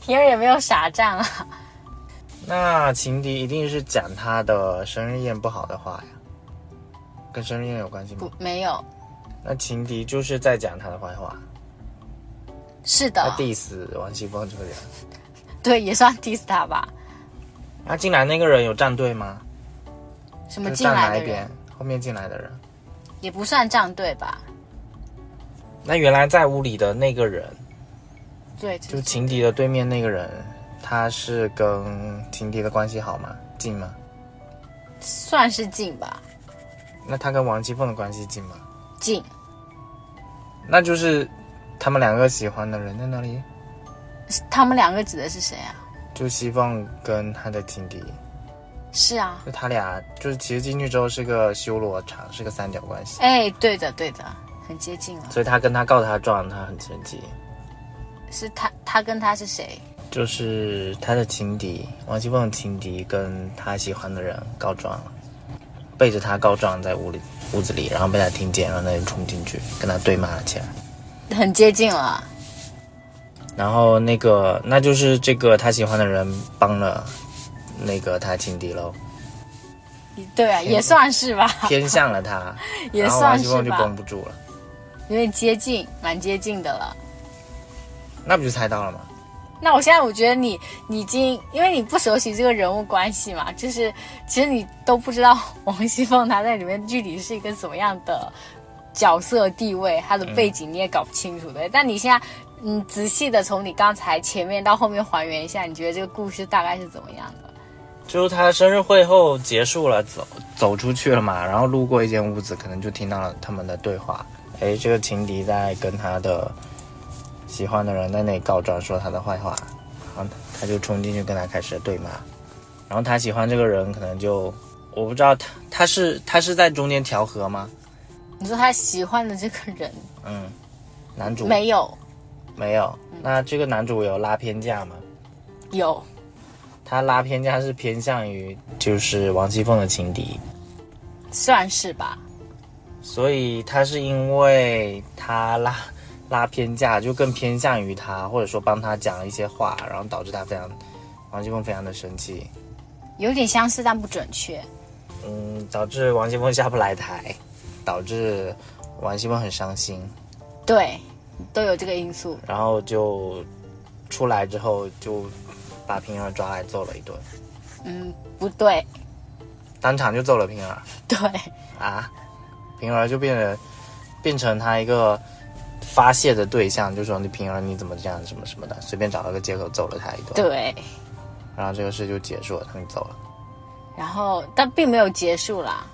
Speaker 1: 平儿也没有傻站啊。
Speaker 2: 那情敌一定是讲他的生日宴不好的话呀，跟生日宴有关系吗
Speaker 1: 不？，没有，
Speaker 2: 那情敌就是在讲他的坏话，
Speaker 1: 是
Speaker 2: 他
Speaker 1: 的，
Speaker 2: diss 王熙凤这个人。
Speaker 1: 对，也算 diss 他吧。
Speaker 2: 那进来那个人有站队吗？
Speaker 1: 什
Speaker 2: 我
Speaker 1: 么
Speaker 2: 们
Speaker 1: 进
Speaker 2: 站哪
Speaker 1: 来
Speaker 2: 一
Speaker 1: 的人
Speaker 2: 边？后面进来的人。
Speaker 1: 也不算站队吧？
Speaker 2: 那原来在屋里的那个人，
Speaker 1: 对，
Speaker 2: 就情敌的对面那个人，他是跟情敌的关系好吗？近吗？
Speaker 1: 算是近吧，
Speaker 2: 那他跟王熙凤的关系近吗？
Speaker 1: 近
Speaker 2: 那就是他们两个喜欢的人在那里，
Speaker 1: 他们两个指的是谁啊？
Speaker 2: 就熙凤跟他的情敌。
Speaker 1: 是啊，
Speaker 2: 就他俩，就是其实进去之后是个修罗场，是个三角关系，
Speaker 1: 哎，对的，对的，很接近了。
Speaker 2: 所以他跟他告他状，他很生气，
Speaker 1: 是他，他跟他是谁？
Speaker 2: 就是他的情敌王熙凤的情敌跟他喜欢的人告状了，背着他告状在屋里屋子里，然后被他听见，然后他就冲进去跟他对骂了起来，
Speaker 1: 很接近了，
Speaker 2: 然后那个那就是这个他喜欢的人帮了那个他情敌喽，
Speaker 1: 对啊， 也算是吧，
Speaker 2: 偏向了他，
Speaker 1: 也
Speaker 2: 然后
Speaker 1: 算
Speaker 2: 王熙
Speaker 1: 是
Speaker 2: 凤就绷
Speaker 1: 吧，
Speaker 2: 不住了，
Speaker 1: 有点接近，蛮接近的了。
Speaker 2: 那不就猜到了吗？
Speaker 1: 那我现在我觉得你你已经，因为你不熟悉这个人物关系嘛，就是其实你都不知道王熙凤她在里面具体是一个怎么样的角色地位，她的背景你也搞不清楚对。但你现在嗯仔细的从你刚才前面到后面还原一下，你觉得这个故事大概是怎么样的？
Speaker 2: 就是他生日会后结束了，走走出去了嘛，然后路过一间屋子，可能就听到了他们的对话。诶，这个情敌在跟他的喜欢的人在那里告状，说他的坏话，然后他就冲进去跟他开始对骂。然后他喜欢这个人，可能就我不知道他他是他是在中间调和吗？
Speaker 1: 你说她喜欢的这个人
Speaker 2: 嗯，男主
Speaker 1: 没有
Speaker 2: 没有，那这个男主有拉偏架吗？
Speaker 1: 有
Speaker 2: 他拉偏架是偏向于就是王熙凤的情敌，
Speaker 1: 算是吧，
Speaker 2: 所以他是因为他拉拉偏架，就更偏向于他，或者说帮他讲了一些话，然后导致他非常王熙凤非常的生气，
Speaker 1: 有点相似但不准确。
Speaker 2: 嗯，导致王熙凤下不来台，导致王熙凤很伤心，
Speaker 1: 对，都有这个因素。
Speaker 2: 然后就出来之后就把平儿抓来揍了一顿，
Speaker 1: 嗯，不对，
Speaker 2: 当场就揍了平儿
Speaker 1: 对，
Speaker 2: 啊，平儿就变得变成他一个。发泄的对象就说你平儿你怎么这样什么什么的，随便找了个借口揍了他一顿。
Speaker 1: 对。
Speaker 2: 然后这个事就结束了，他们走了。
Speaker 1: 然后但并没有结束啦，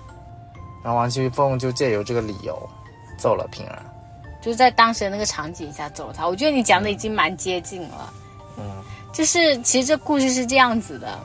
Speaker 2: 然后王熙凤就借由这个理由揍了平儿。
Speaker 1: 就是在当时的那个场景下走他。我觉得你讲的已经蛮接近了，
Speaker 2: 嗯，
Speaker 1: 就是其实这故事是这样子的。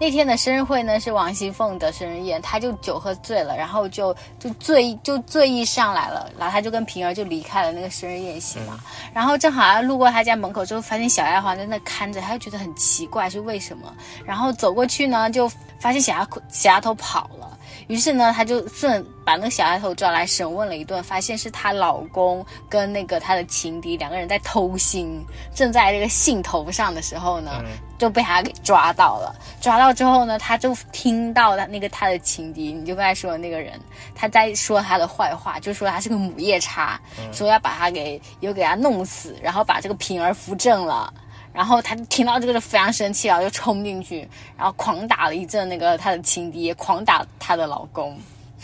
Speaker 1: 那天的生日会呢是王熙凤的生日宴，她就酒喝醉了，然后就就醉就醉意上来了，然后她就跟平儿就离开了那个生日宴席嘛。然后正好要路过她家门口之后，发现小丫鬟在那看着，她就觉得很奇怪是为什么。然后走过去呢，就发现小丫小丫头跑了，于是呢，她就顺把那个小丫头抓来审问了一顿，发现是她老公跟那个她的情敌两个人在偷腥，正在这个兴头上的时候呢，就被她给抓到了。抓到之后呢，她就听到她那个她的情敌，你就刚才说的那个人，他在说她的坏话，就说她是个母夜叉，说要把她给又给她弄死，然后把这个平儿扶正了。然后他就听到这个就非常生气，然后就冲进去，然后狂打了一阵那个他的情敌，也狂打她的老公。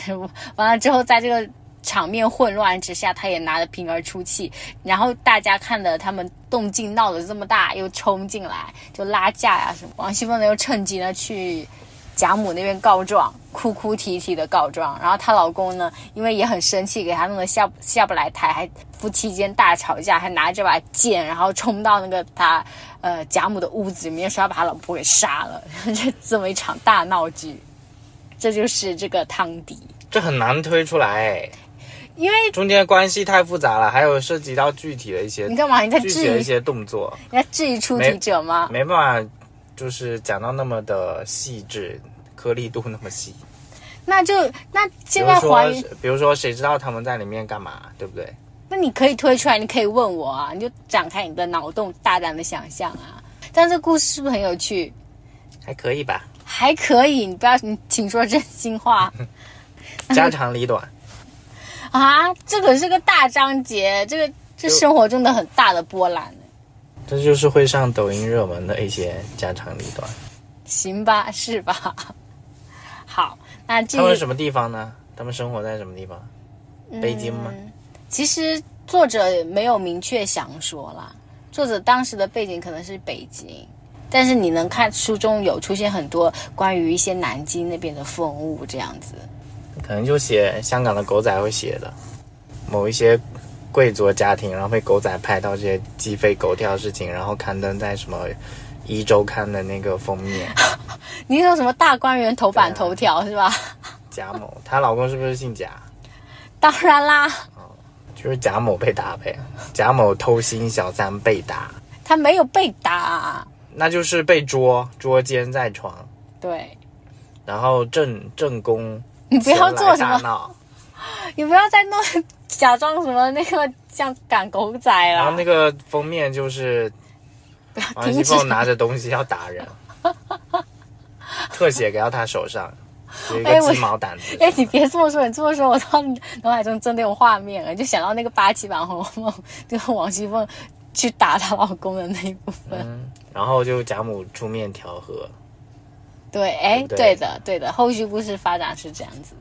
Speaker 1: 完了之后，在这个场面混乱之下，他也拿着瓶儿出气。然后大家看的他们动静闹得这么大，又冲进来就拉架呀、什么。王熙凤呢又趁机呢去贾母那边告状，哭哭啼啼的告状。然后她老公呢，因为也很生气，给她弄得下下不来台，还夫妻间大吵架，还拿着把剑，然后冲到那个她呃贾母的屋子里面，说要把她老婆给杀了。 这这么一场大闹剧，这就是这个汤迪。
Speaker 2: 这很难推出来、哎
Speaker 1: 因为
Speaker 2: 中间关系太复杂了，还有涉及到具体的一些
Speaker 1: 你干嘛？你在
Speaker 2: 具
Speaker 1: 质
Speaker 2: 体的一
Speaker 1: 疑？
Speaker 2: 些动作，
Speaker 1: 你在质疑出题者吗？
Speaker 2: 没办法，就是讲到那么的细致，颗粒度那么细。
Speaker 1: 那就那
Speaker 2: 比
Speaker 1: 现
Speaker 2: 如
Speaker 1: 在怀
Speaker 2: 说
Speaker 1: 疑，，
Speaker 2: 比如说，谁知道他们在里面干嘛，对不对？
Speaker 1: 那你可以推出来，你可以问我啊，你就展开你的脑洞，大胆的想象啊。但这故事是不是很有趣？
Speaker 2: 还可以吧，
Speaker 1: 还可以，你不要，你请说真心 话
Speaker 2: 家长里短。
Speaker 1: 啊！这可是个大章节，这个这
Speaker 2: 就
Speaker 1: 生活中的很大的波澜。
Speaker 2: 这就是会上抖音热门的一些家长里 短。
Speaker 1: 行吧，是吧？ 好，那这
Speaker 2: 他们是什么地方呢？他们生活在什么地方？
Speaker 1: 嗯
Speaker 2: 北京吗？
Speaker 1: 其实作者没有明确详说啦，作者当时的背景可能是北京，但是你能看书中有出现很多关于一些南京那边的风物这样子。
Speaker 2: 可能就写香港的狗仔会写的，某一些贵族的家庭，然后被狗仔拍到这些鸡飞狗跳的事情，然后刊登在什么一周刊的那个封面。
Speaker 1: 你说什么大观园头版
Speaker 2: 对啊
Speaker 1: 头条、是吧？
Speaker 2: 贾某，她老公是不是姓贾？
Speaker 1: 当然啦，
Speaker 2: 就是贾某被打 呗，贾某偷腥小三被打，
Speaker 1: 他没有被打、
Speaker 2: 那就是被捉，捉奸在床，
Speaker 1: 对
Speaker 2: 然后正正宫
Speaker 1: 你不要做什
Speaker 2: 前来大
Speaker 1: 么，
Speaker 2: 闹，
Speaker 1: 你不要再弄假装什么那个像赶狗仔
Speaker 2: 然后
Speaker 1: 了
Speaker 2: 那。个封面就是
Speaker 1: 不 要
Speaker 2: 王
Speaker 1: 停
Speaker 2: 熙
Speaker 1: 止，
Speaker 2: 凤拿着东西要打 人，特写给到他手上，有一
Speaker 1: 哎我
Speaker 2: 个鸡毛掸子，
Speaker 1: 哎，你别这么说，你这么说，我到脑海中真的有画面了，就想到那个八七版《红 楼梦》，就是王熙凤去打她老公的那一部分。
Speaker 2: 嗯，然后就贾母出面调和，
Speaker 1: 对，哎，
Speaker 2: 对
Speaker 1: 对的，对的，后续故事发展是这样子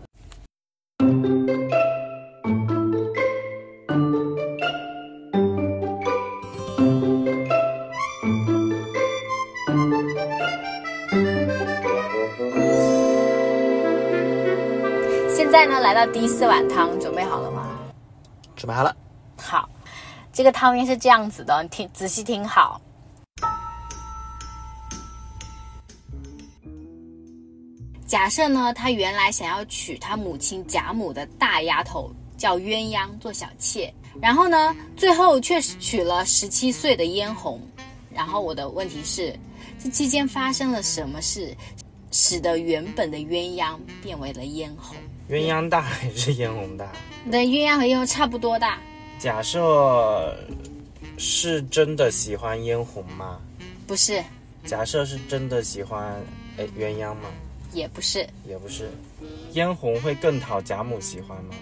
Speaker 1: 的。现在呢，来到第四碗汤，准备好了吗？
Speaker 2: 准备好了，
Speaker 1: 好，这个汤面是这样子的，你听仔细听好。假设呢，他原来想要娶他母亲贾母的大丫头叫鸳鸯做小妾，然后呢，最后却娶了十七岁的嫣红。然后我的问题是，这期间发生了什么事，使得原本的鸳鸯变为了嫣红？
Speaker 2: 鸳鸯大还是嫣红大？
Speaker 1: 你的鸳鸯和嫣红差不多大，
Speaker 2: 假设是真的喜欢嫣红吗？
Speaker 1: 不是，
Speaker 2: 假设是真的喜欢哎鸳鸯吗？
Speaker 1: 也不是，
Speaker 2: 也不是，嫣红会更讨贾母喜欢吗？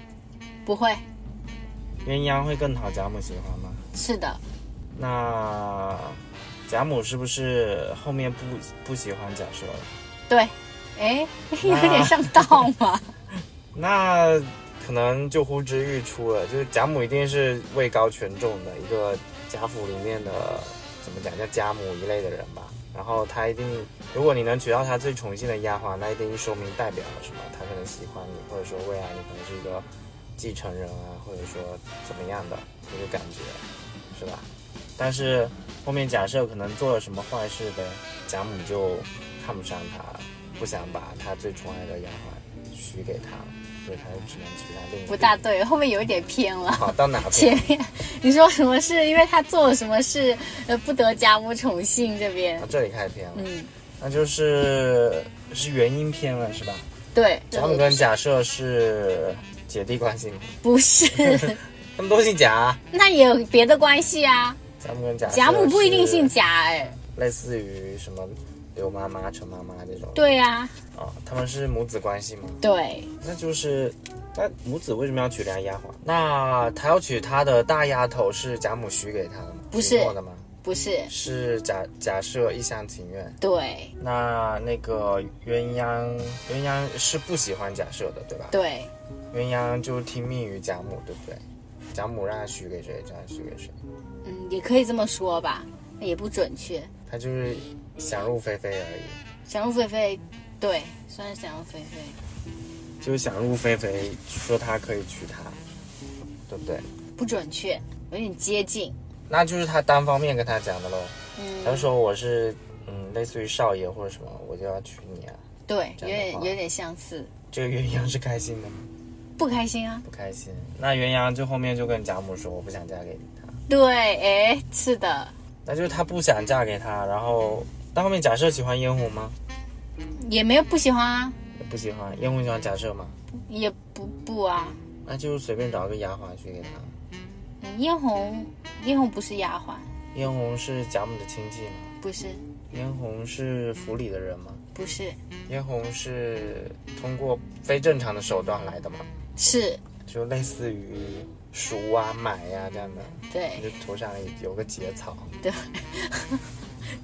Speaker 1: 不会。
Speaker 2: 鸳鸯会更讨贾母喜欢吗？
Speaker 1: 是的，
Speaker 2: 那贾母是不是后面不不喜欢贾赦了？
Speaker 1: 对，哎， 有点上道嘛。
Speaker 2: 那可能就呼之欲出了，就是贾母一定是位高权重的一个贾府里面的怎么讲，叫家母一类的人吧。然后她一定，如果你能娶到她最宠幸的丫鬟，那一定说明代表了什么，她可能喜欢你，或者说未来你可能是一个继承人啊，或者说怎么样的一个感觉，是吧？但是后面假设可能做了什么坏事呗，贾母就看不上她，不想把她最宠爱的丫鬟许给她，所以她就只能娶她另一
Speaker 1: 不
Speaker 2: 个
Speaker 1: 大对，后面有一点偏了。
Speaker 2: 好到哪
Speaker 1: 前
Speaker 2: 边？
Speaker 1: 面你说什么事？因为他做了什么事，呃，不得贾母宠幸这边
Speaker 2: 啊，。这里开篇了，
Speaker 1: 嗯，
Speaker 2: 那就是是元音篇了，是吧？
Speaker 1: 对，
Speaker 2: 贾母跟贾赦是姐弟关系吗？
Speaker 1: 不是，
Speaker 2: 他们都姓贾，
Speaker 1: 那也有别的关系啊。
Speaker 2: 贾母跟贾
Speaker 1: 贾母不一定姓
Speaker 2: 贾，
Speaker 1: 贾，哎，
Speaker 2: 类似于什么刘妈妈、陈妈妈这种。
Speaker 1: 对啊，
Speaker 2: 啊、他们是母子关系吗？
Speaker 1: 对，
Speaker 2: 那就是，那母子为什么要娶俩丫鬟？那他要娶他的大丫头是贾母许给他的吗？
Speaker 1: 不是
Speaker 2: 许诺的吗？
Speaker 1: 不是，
Speaker 2: 是贾贾赦一厢情愿。
Speaker 1: 对，
Speaker 2: 那那个鸳鸯，鸳鸯是不喜欢贾赦的，对吧？
Speaker 1: 对，
Speaker 2: 鸳鸯就听命于贾母，对不对？贾母让他许给谁，就让他许给谁。
Speaker 1: 嗯，也可以这么说吧，那也不准确。
Speaker 2: 他就是想入非非而已。
Speaker 1: 想入非非，对，算是想要菲菲。
Speaker 2: 就是想入非非，说他可以娶她，对不对？
Speaker 1: 不准确，有点接近。
Speaker 2: 那就是他单方面跟他讲的喽。他
Speaker 1: 嗯，
Speaker 2: 就说我是嗯，类似于少爷或者什么，我就要娶你啊。
Speaker 1: 对，
Speaker 2: 这
Speaker 1: 有
Speaker 2: 样的
Speaker 1: 点
Speaker 2: 话
Speaker 1: 有点相似，
Speaker 2: 这个鸳鸯是开心的吗？
Speaker 1: 不开心啊。
Speaker 2: 不开心。那鸳鸯就后面就跟贾母说，我不想嫁给他。
Speaker 1: 对，哎，是的，
Speaker 2: 那就是他不想嫁给他，然后但后面假设喜欢烟红吗？
Speaker 1: 也没有不喜欢啊，
Speaker 2: 也不喜欢，烟红喜欢假设吗？
Speaker 1: 也不不啊。
Speaker 2: 那就是随便找一个丫鬟去给他。
Speaker 1: 嗯嫣红，嫣红不是丫鬟，
Speaker 2: 嫣红是贾母的亲戚吗？
Speaker 1: 不是，
Speaker 2: 嫣红是府里的人吗？
Speaker 1: 不是，
Speaker 2: 嫣红是通过非正常的手段来的吗？
Speaker 1: 是，
Speaker 2: 就类似于赎啊、买呀、这样的，
Speaker 1: 对
Speaker 2: 就头上有个结草，
Speaker 1: 对，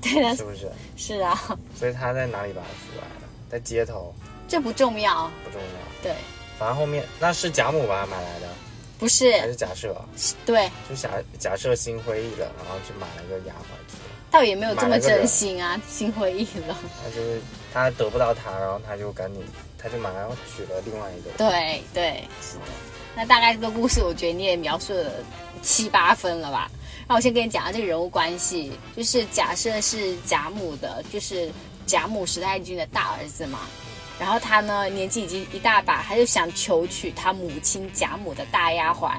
Speaker 1: 对啊
Speaker 2: 是，不是？
Speaker 1: 是啊，
Speaker 2: 所以他在哪里把它赎来的？在街头
Speaker 1: 这不重要，
Speaker 2: 不重要，
Speaker 1: 对，
Speaker 2: 反正后面那是贾母把它买来的，
Speaker 1: 不
Speaker 2: 还
Speaker 1: 是，
Speaker 2: 是假设？
Speaker 1: 是对，
Speaker 2: 就假假设心灰意冷，然后去买了个丫鬟去，
Speaker 1: 倒也没有这
Speaker 2: 买
Speaker 1: 么
Speaker 2: 了个人
Speaker 1: 真心啊，心灰意冷，
Speaker 2: 他就是他得不到她，然后他就赶紧，他就马上娶了另外一个人。
Speaker 1: 对对，是的。那大概这个故事，我觉得你也描述了七八分了吧？那我先跟你讲下这个人物关系，就是假设是贾母的，就是贾母时代剧的大儿子嘛。然后他呢，年纪已经一大把，他就想求娶他母亲贾母的大丫鬟。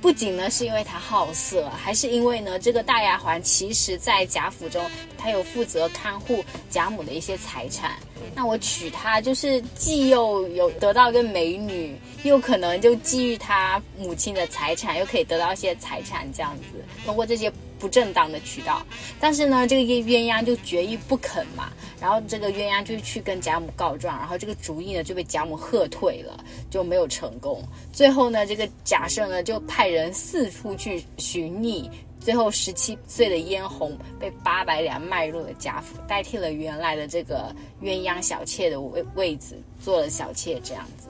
Speaker 1: 不仅呢是因为他好色，还是因为呢这个大丫鬟其实在贾府中，她有负责看护贾母的一些财产。那我娶她，就是既又有得到一个美女，又可能就觊觎她母亲的财产，又可以得到一些财产，这样子通过这些不正当的渠道。但是呢，这个鸳鸯就决意不肯嘛，然后这个鸳鸯就去跟贾母告状，然后这个主意呢就被贾母喝退了，就没有成功。最后呢，这个贾赦呢就派人四处去寻觅。最后，十七岁的嫣红被八百两卖入了贾府，代替了原来的这个鸳鸯小妾的位位置，做了小妾这样子。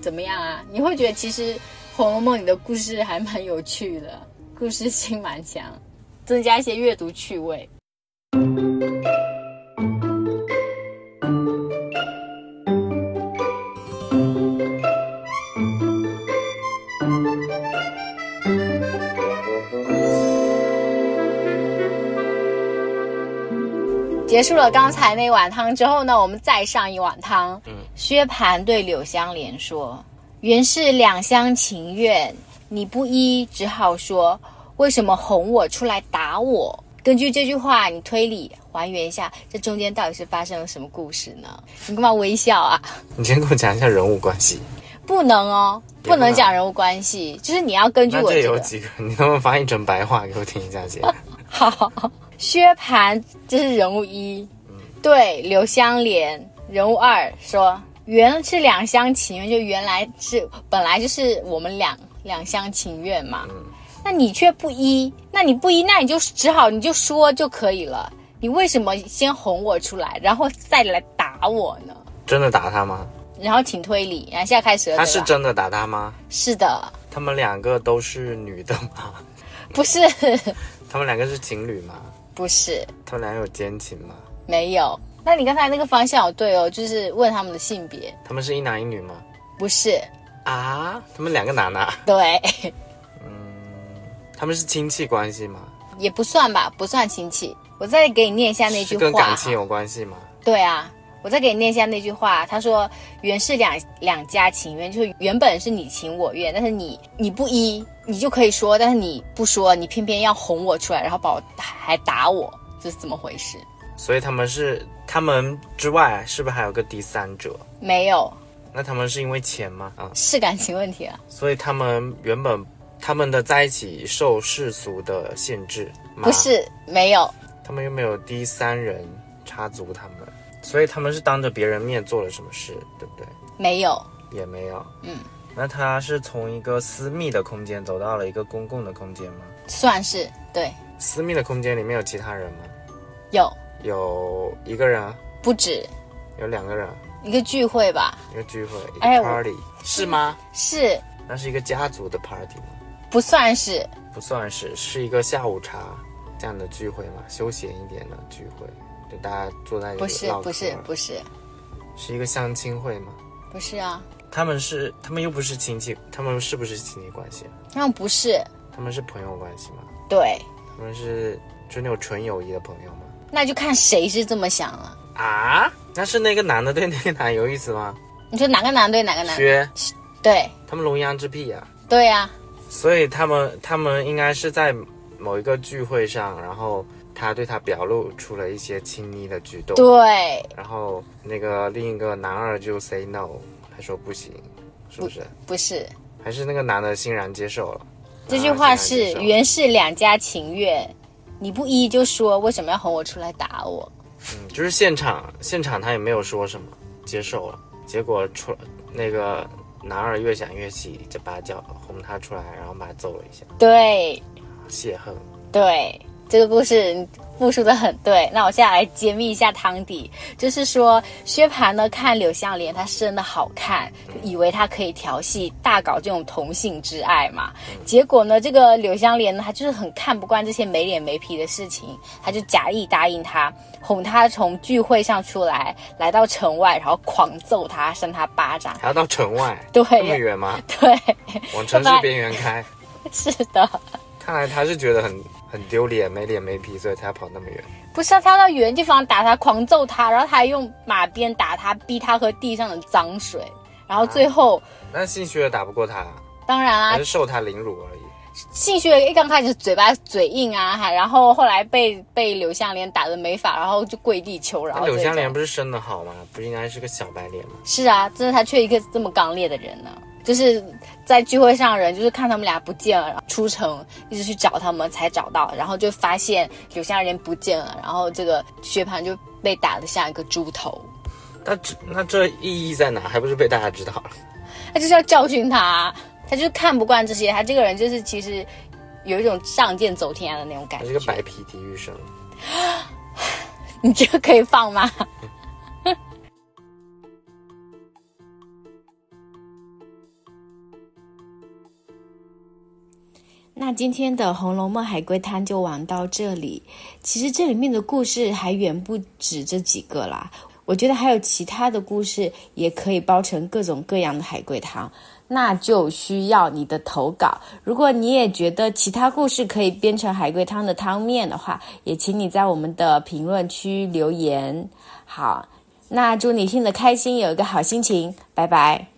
Speaker 1: 怎么样啊？你会觉得其实《红楼梦》里的故事还蛮有趣的，故事性蛮强， 增加一些阅读趣味。结束了刚才那碗汤之后呢，我们再上一碗汤。
Speaker 2: 嗯
Speaker 1: 薛蟠对柳湘莲说：“原是两厢情愿，你不依，只好说为什么哄我出来打我？”根据这句话，你推理还原一下，这中间到底是发生了什么故事呢？你干嘛微笑啊？
Speaker 2: 你先给我讲一下人物关系。
Speaker 1: 不能哦，
Speaker 2: 也不
Speaker 1: 不
Speaker 2: 能
Speaker 1: 能讲人物关系，就是你要根据
Speaker 2: 那
Speaker 1: 我
Speaker 2: 这
Speaker 1: 这
Speaker 2: 有
Speaker 1: 个。
Speaker 2: 几个？你能不能翻译成白话给我听一下 先？
Speaker 1: 好，薛蟠这是人物一，对柳湘莲人物二说，原是两厢情愿，就原来是本来就是我们两两厢情愿嘛。
Speaker 2: 嗯
Speaker 1: 那你却不依，那你不依，那你就只好你就说就可以了。你为什么先哄我出来，然后再来打我呢？
Speaker 2: 真的打他吗？
Speaker 1: 然后请推理，然后现在开始了，
Speaker 2: 他
Speaker 1: 对
Speaker 2: 是
Speaker 1: 吧
Speaker 2: 真的打他吗？
Speaker 1: 是的，
Speaker 2: 他们两个都是女的吗？
Speaker 1: 不是
Speaker 2: 他们两个是情侣吗？
Speaker 1: 不是
Speaker 2: 他们两个有奸情吗？
Speaker 1: 没有。那你刚才那个方向有对哦，就是问他们的性别，
Speaker 2: 他们是一男一女吗？
Speaker 1: 不是。
Speaker 2: 啊，他们两个男的啊，
Speaker 1: 对，
Speaker 2: 他们是亲戚关系吗？
Speaker 1: 也不算吧，不算亲戚。我再给你念一下那句
Speaker 2: 是跟
Speaker 1: 话
Speaker 2: 感。情有关系吗？
Speaker 1: 对啊，我再给你念一下那句话。他说：“原是两两家情愿，就是原本是你情我愿，但是你你不依，你就可以说，但是你不说，你偏偏要哄我出来，然后把我还打我，这是怎么回事？
Speaker 2: 所以他们是他们之外，是不是还有个第三者？
Speaker 1: 没有，
Speaker 2: 那他们是因为钱吗？啊，
Speaker 1: 是感情问题啊。
Speaker 2: 所以他们原本他们的在一起受世俗的限制吗？
Speaker 1: 不，是，没有，
Speaker 2: 他们又没有第三人插足他们，所以他们是当着别人面做了什么事，对不对？
Speaker 1: 没有，
Speaker 2: 也没有。
Speaker 1: 嗯，
Speaker 2: 那他是从一个私密的空间走到了一个公共的空间吗？
Speaker 1: 算是对，
Speaker 2: 私密的空间里面有其他人吗？
Speaker 1: 有
Speaker 2: 有一个人啊，
Speaker 1: 不止
Speaker 2: 有两个人啊，
Speaker 1: 一个聚会吧？
Speaker 2: 一个聚会，一
Speaker 1: 哎
Speaker 2: 个
Speaker 1: 我
Speaker 2: party，、是吗？
Speaker 1: 是
Speaker 2: 那是一个家族的 party 吗？
Speaker 1: 不算是？
Speaker 2: 不算是，是一个下午茶这样的聚会嘛，休闲一点的聚会，就大家坐在一
Speaker 1: 不是
Speaker 2: 起唠，嗑
Speaker 1: 不是，不是，
Speaker 2: 是一个相亲会吗？
Speaker 1: 不是啊，
Speaker 2: 他们是，他们又不是亲戚，他们是不是亲戚关系？
Speaker 1: 他们不是，
Speaker 2: 他们是朋友关系吗？
Speaker 1: 对，
Speaker 2: 他们是就那种纯友谊的朋友吗？
Speaker 1: 那就看谁是这么想了。
Speaker 2: 啊？那是那个男的对 那个男有意思吗？
Speaker 1: 你说哪个男对哪个男？
Speaker 2: 薛，
Speaker 1: 对
Speaker 2: 他们龙阳之癖呀、啊
Speaker 1: 对啊呀、
Speaker 2: 所以他们他们应该是在某一个聚会上，然后他对他表露出了一些亲昵的举动，
Speaker 1: 对，
Speaker 2: 然后那个另一个男二就 say no，他说不行，是不是？
Speaker 1: 不是
Speaker 2: 还是那个男的欣然接受了。
Speaker 1: 这句话
Speaker 2: 男
Speaker 1: 是
Speaker 2: 啊二欣然接受
Speaker 1: 原是两家情愿，你不依就说为什么要哄我出来打我？
Speaker 2: 嗯就是现场现场他也没有说什么，接受了。结果出那个男二越想越气，就把他叫哄他出来，然后把他揍了一下，
Speaker 1: 对
Speaker 2: 泄恨。
Speaker 1: 对，这个故事你复述的很对。那我现在来揭秘一下汤底，就是说薛蟠呢看柳湘莲她生的好看，就以为她可以调戏大搞这种同性之爱嘛。结果呢，这个柳湘莲呢，她就是很看不惯这些没脸没皮的事情，她就假意答应他，哄他从聚会上出来，来到城外，然后狂揍他，扇他巴掌。
Speaker 2: 还要到城外，
Speaker 1: 对
Speaker 2: 这么远吗？
Speaker 1: 对，
Speaker 2: 往城市边缘开。
Speaker 1: 是的，
Speaker 2: 看来他是觉得很很丢脸，没脸没皮，所以才跑那么远。
Speaker 1: 不是啊，他要到远地方打他，狂揍他，然后他还用马鞭打他，逼他喝地上的脏水，然后最后，
Speaker 2: 那姓薛的打不过他，
Speaker 1: 当然
Speaker 2: 还
Speaker 1: 啊
Speaker 2: 是，受他凌辱而已。
Speaker 1: 姓薛一刚开始嘴巴嘴硬啊，还然后后来被被柳湘莲打的没法，然后就跪地求饶
Speaker 2: 那
Speaker 1: 这种。
Speaker 2: 哎柳湘莲不是生的好吗？不应该是个小白脸吗？
Speaker 1: 是啊，真的他缺一个这么刚烈的人呢。就是在聚会上，人就是看他们俩不见了，然后出城一直去找他们才找到，然后就发现柳湘莲不见了，然后这个薛蟠就被打得像一个猪头。
Speaker 2: 那这那这意义在哪？还不是被大家知道了？
Speaker 1: 他就是要教训他，他就是看不惯这些，他这个人就是其实有一种仗剑走天涯啊的那种感
Speaker 2: 他
Speaker 1: 觉。
Speaker 2: 是个白皮体育生。
Speaker 1: 你这个可以放吗？
Speaker 3: 那今天的《红楼梦》海龟汤就玩到这里。其实这里面的故事还远不止这几个啦，我觉得还有其他的故事也可以包成各种各样的海龟汤。那就需要你的投稿。如果你也觉得其他故事可以编成海龟汤的汤面的话，也请你在我们的评论区留言。好，那祝你听得开心，有一个好心情，拜拜。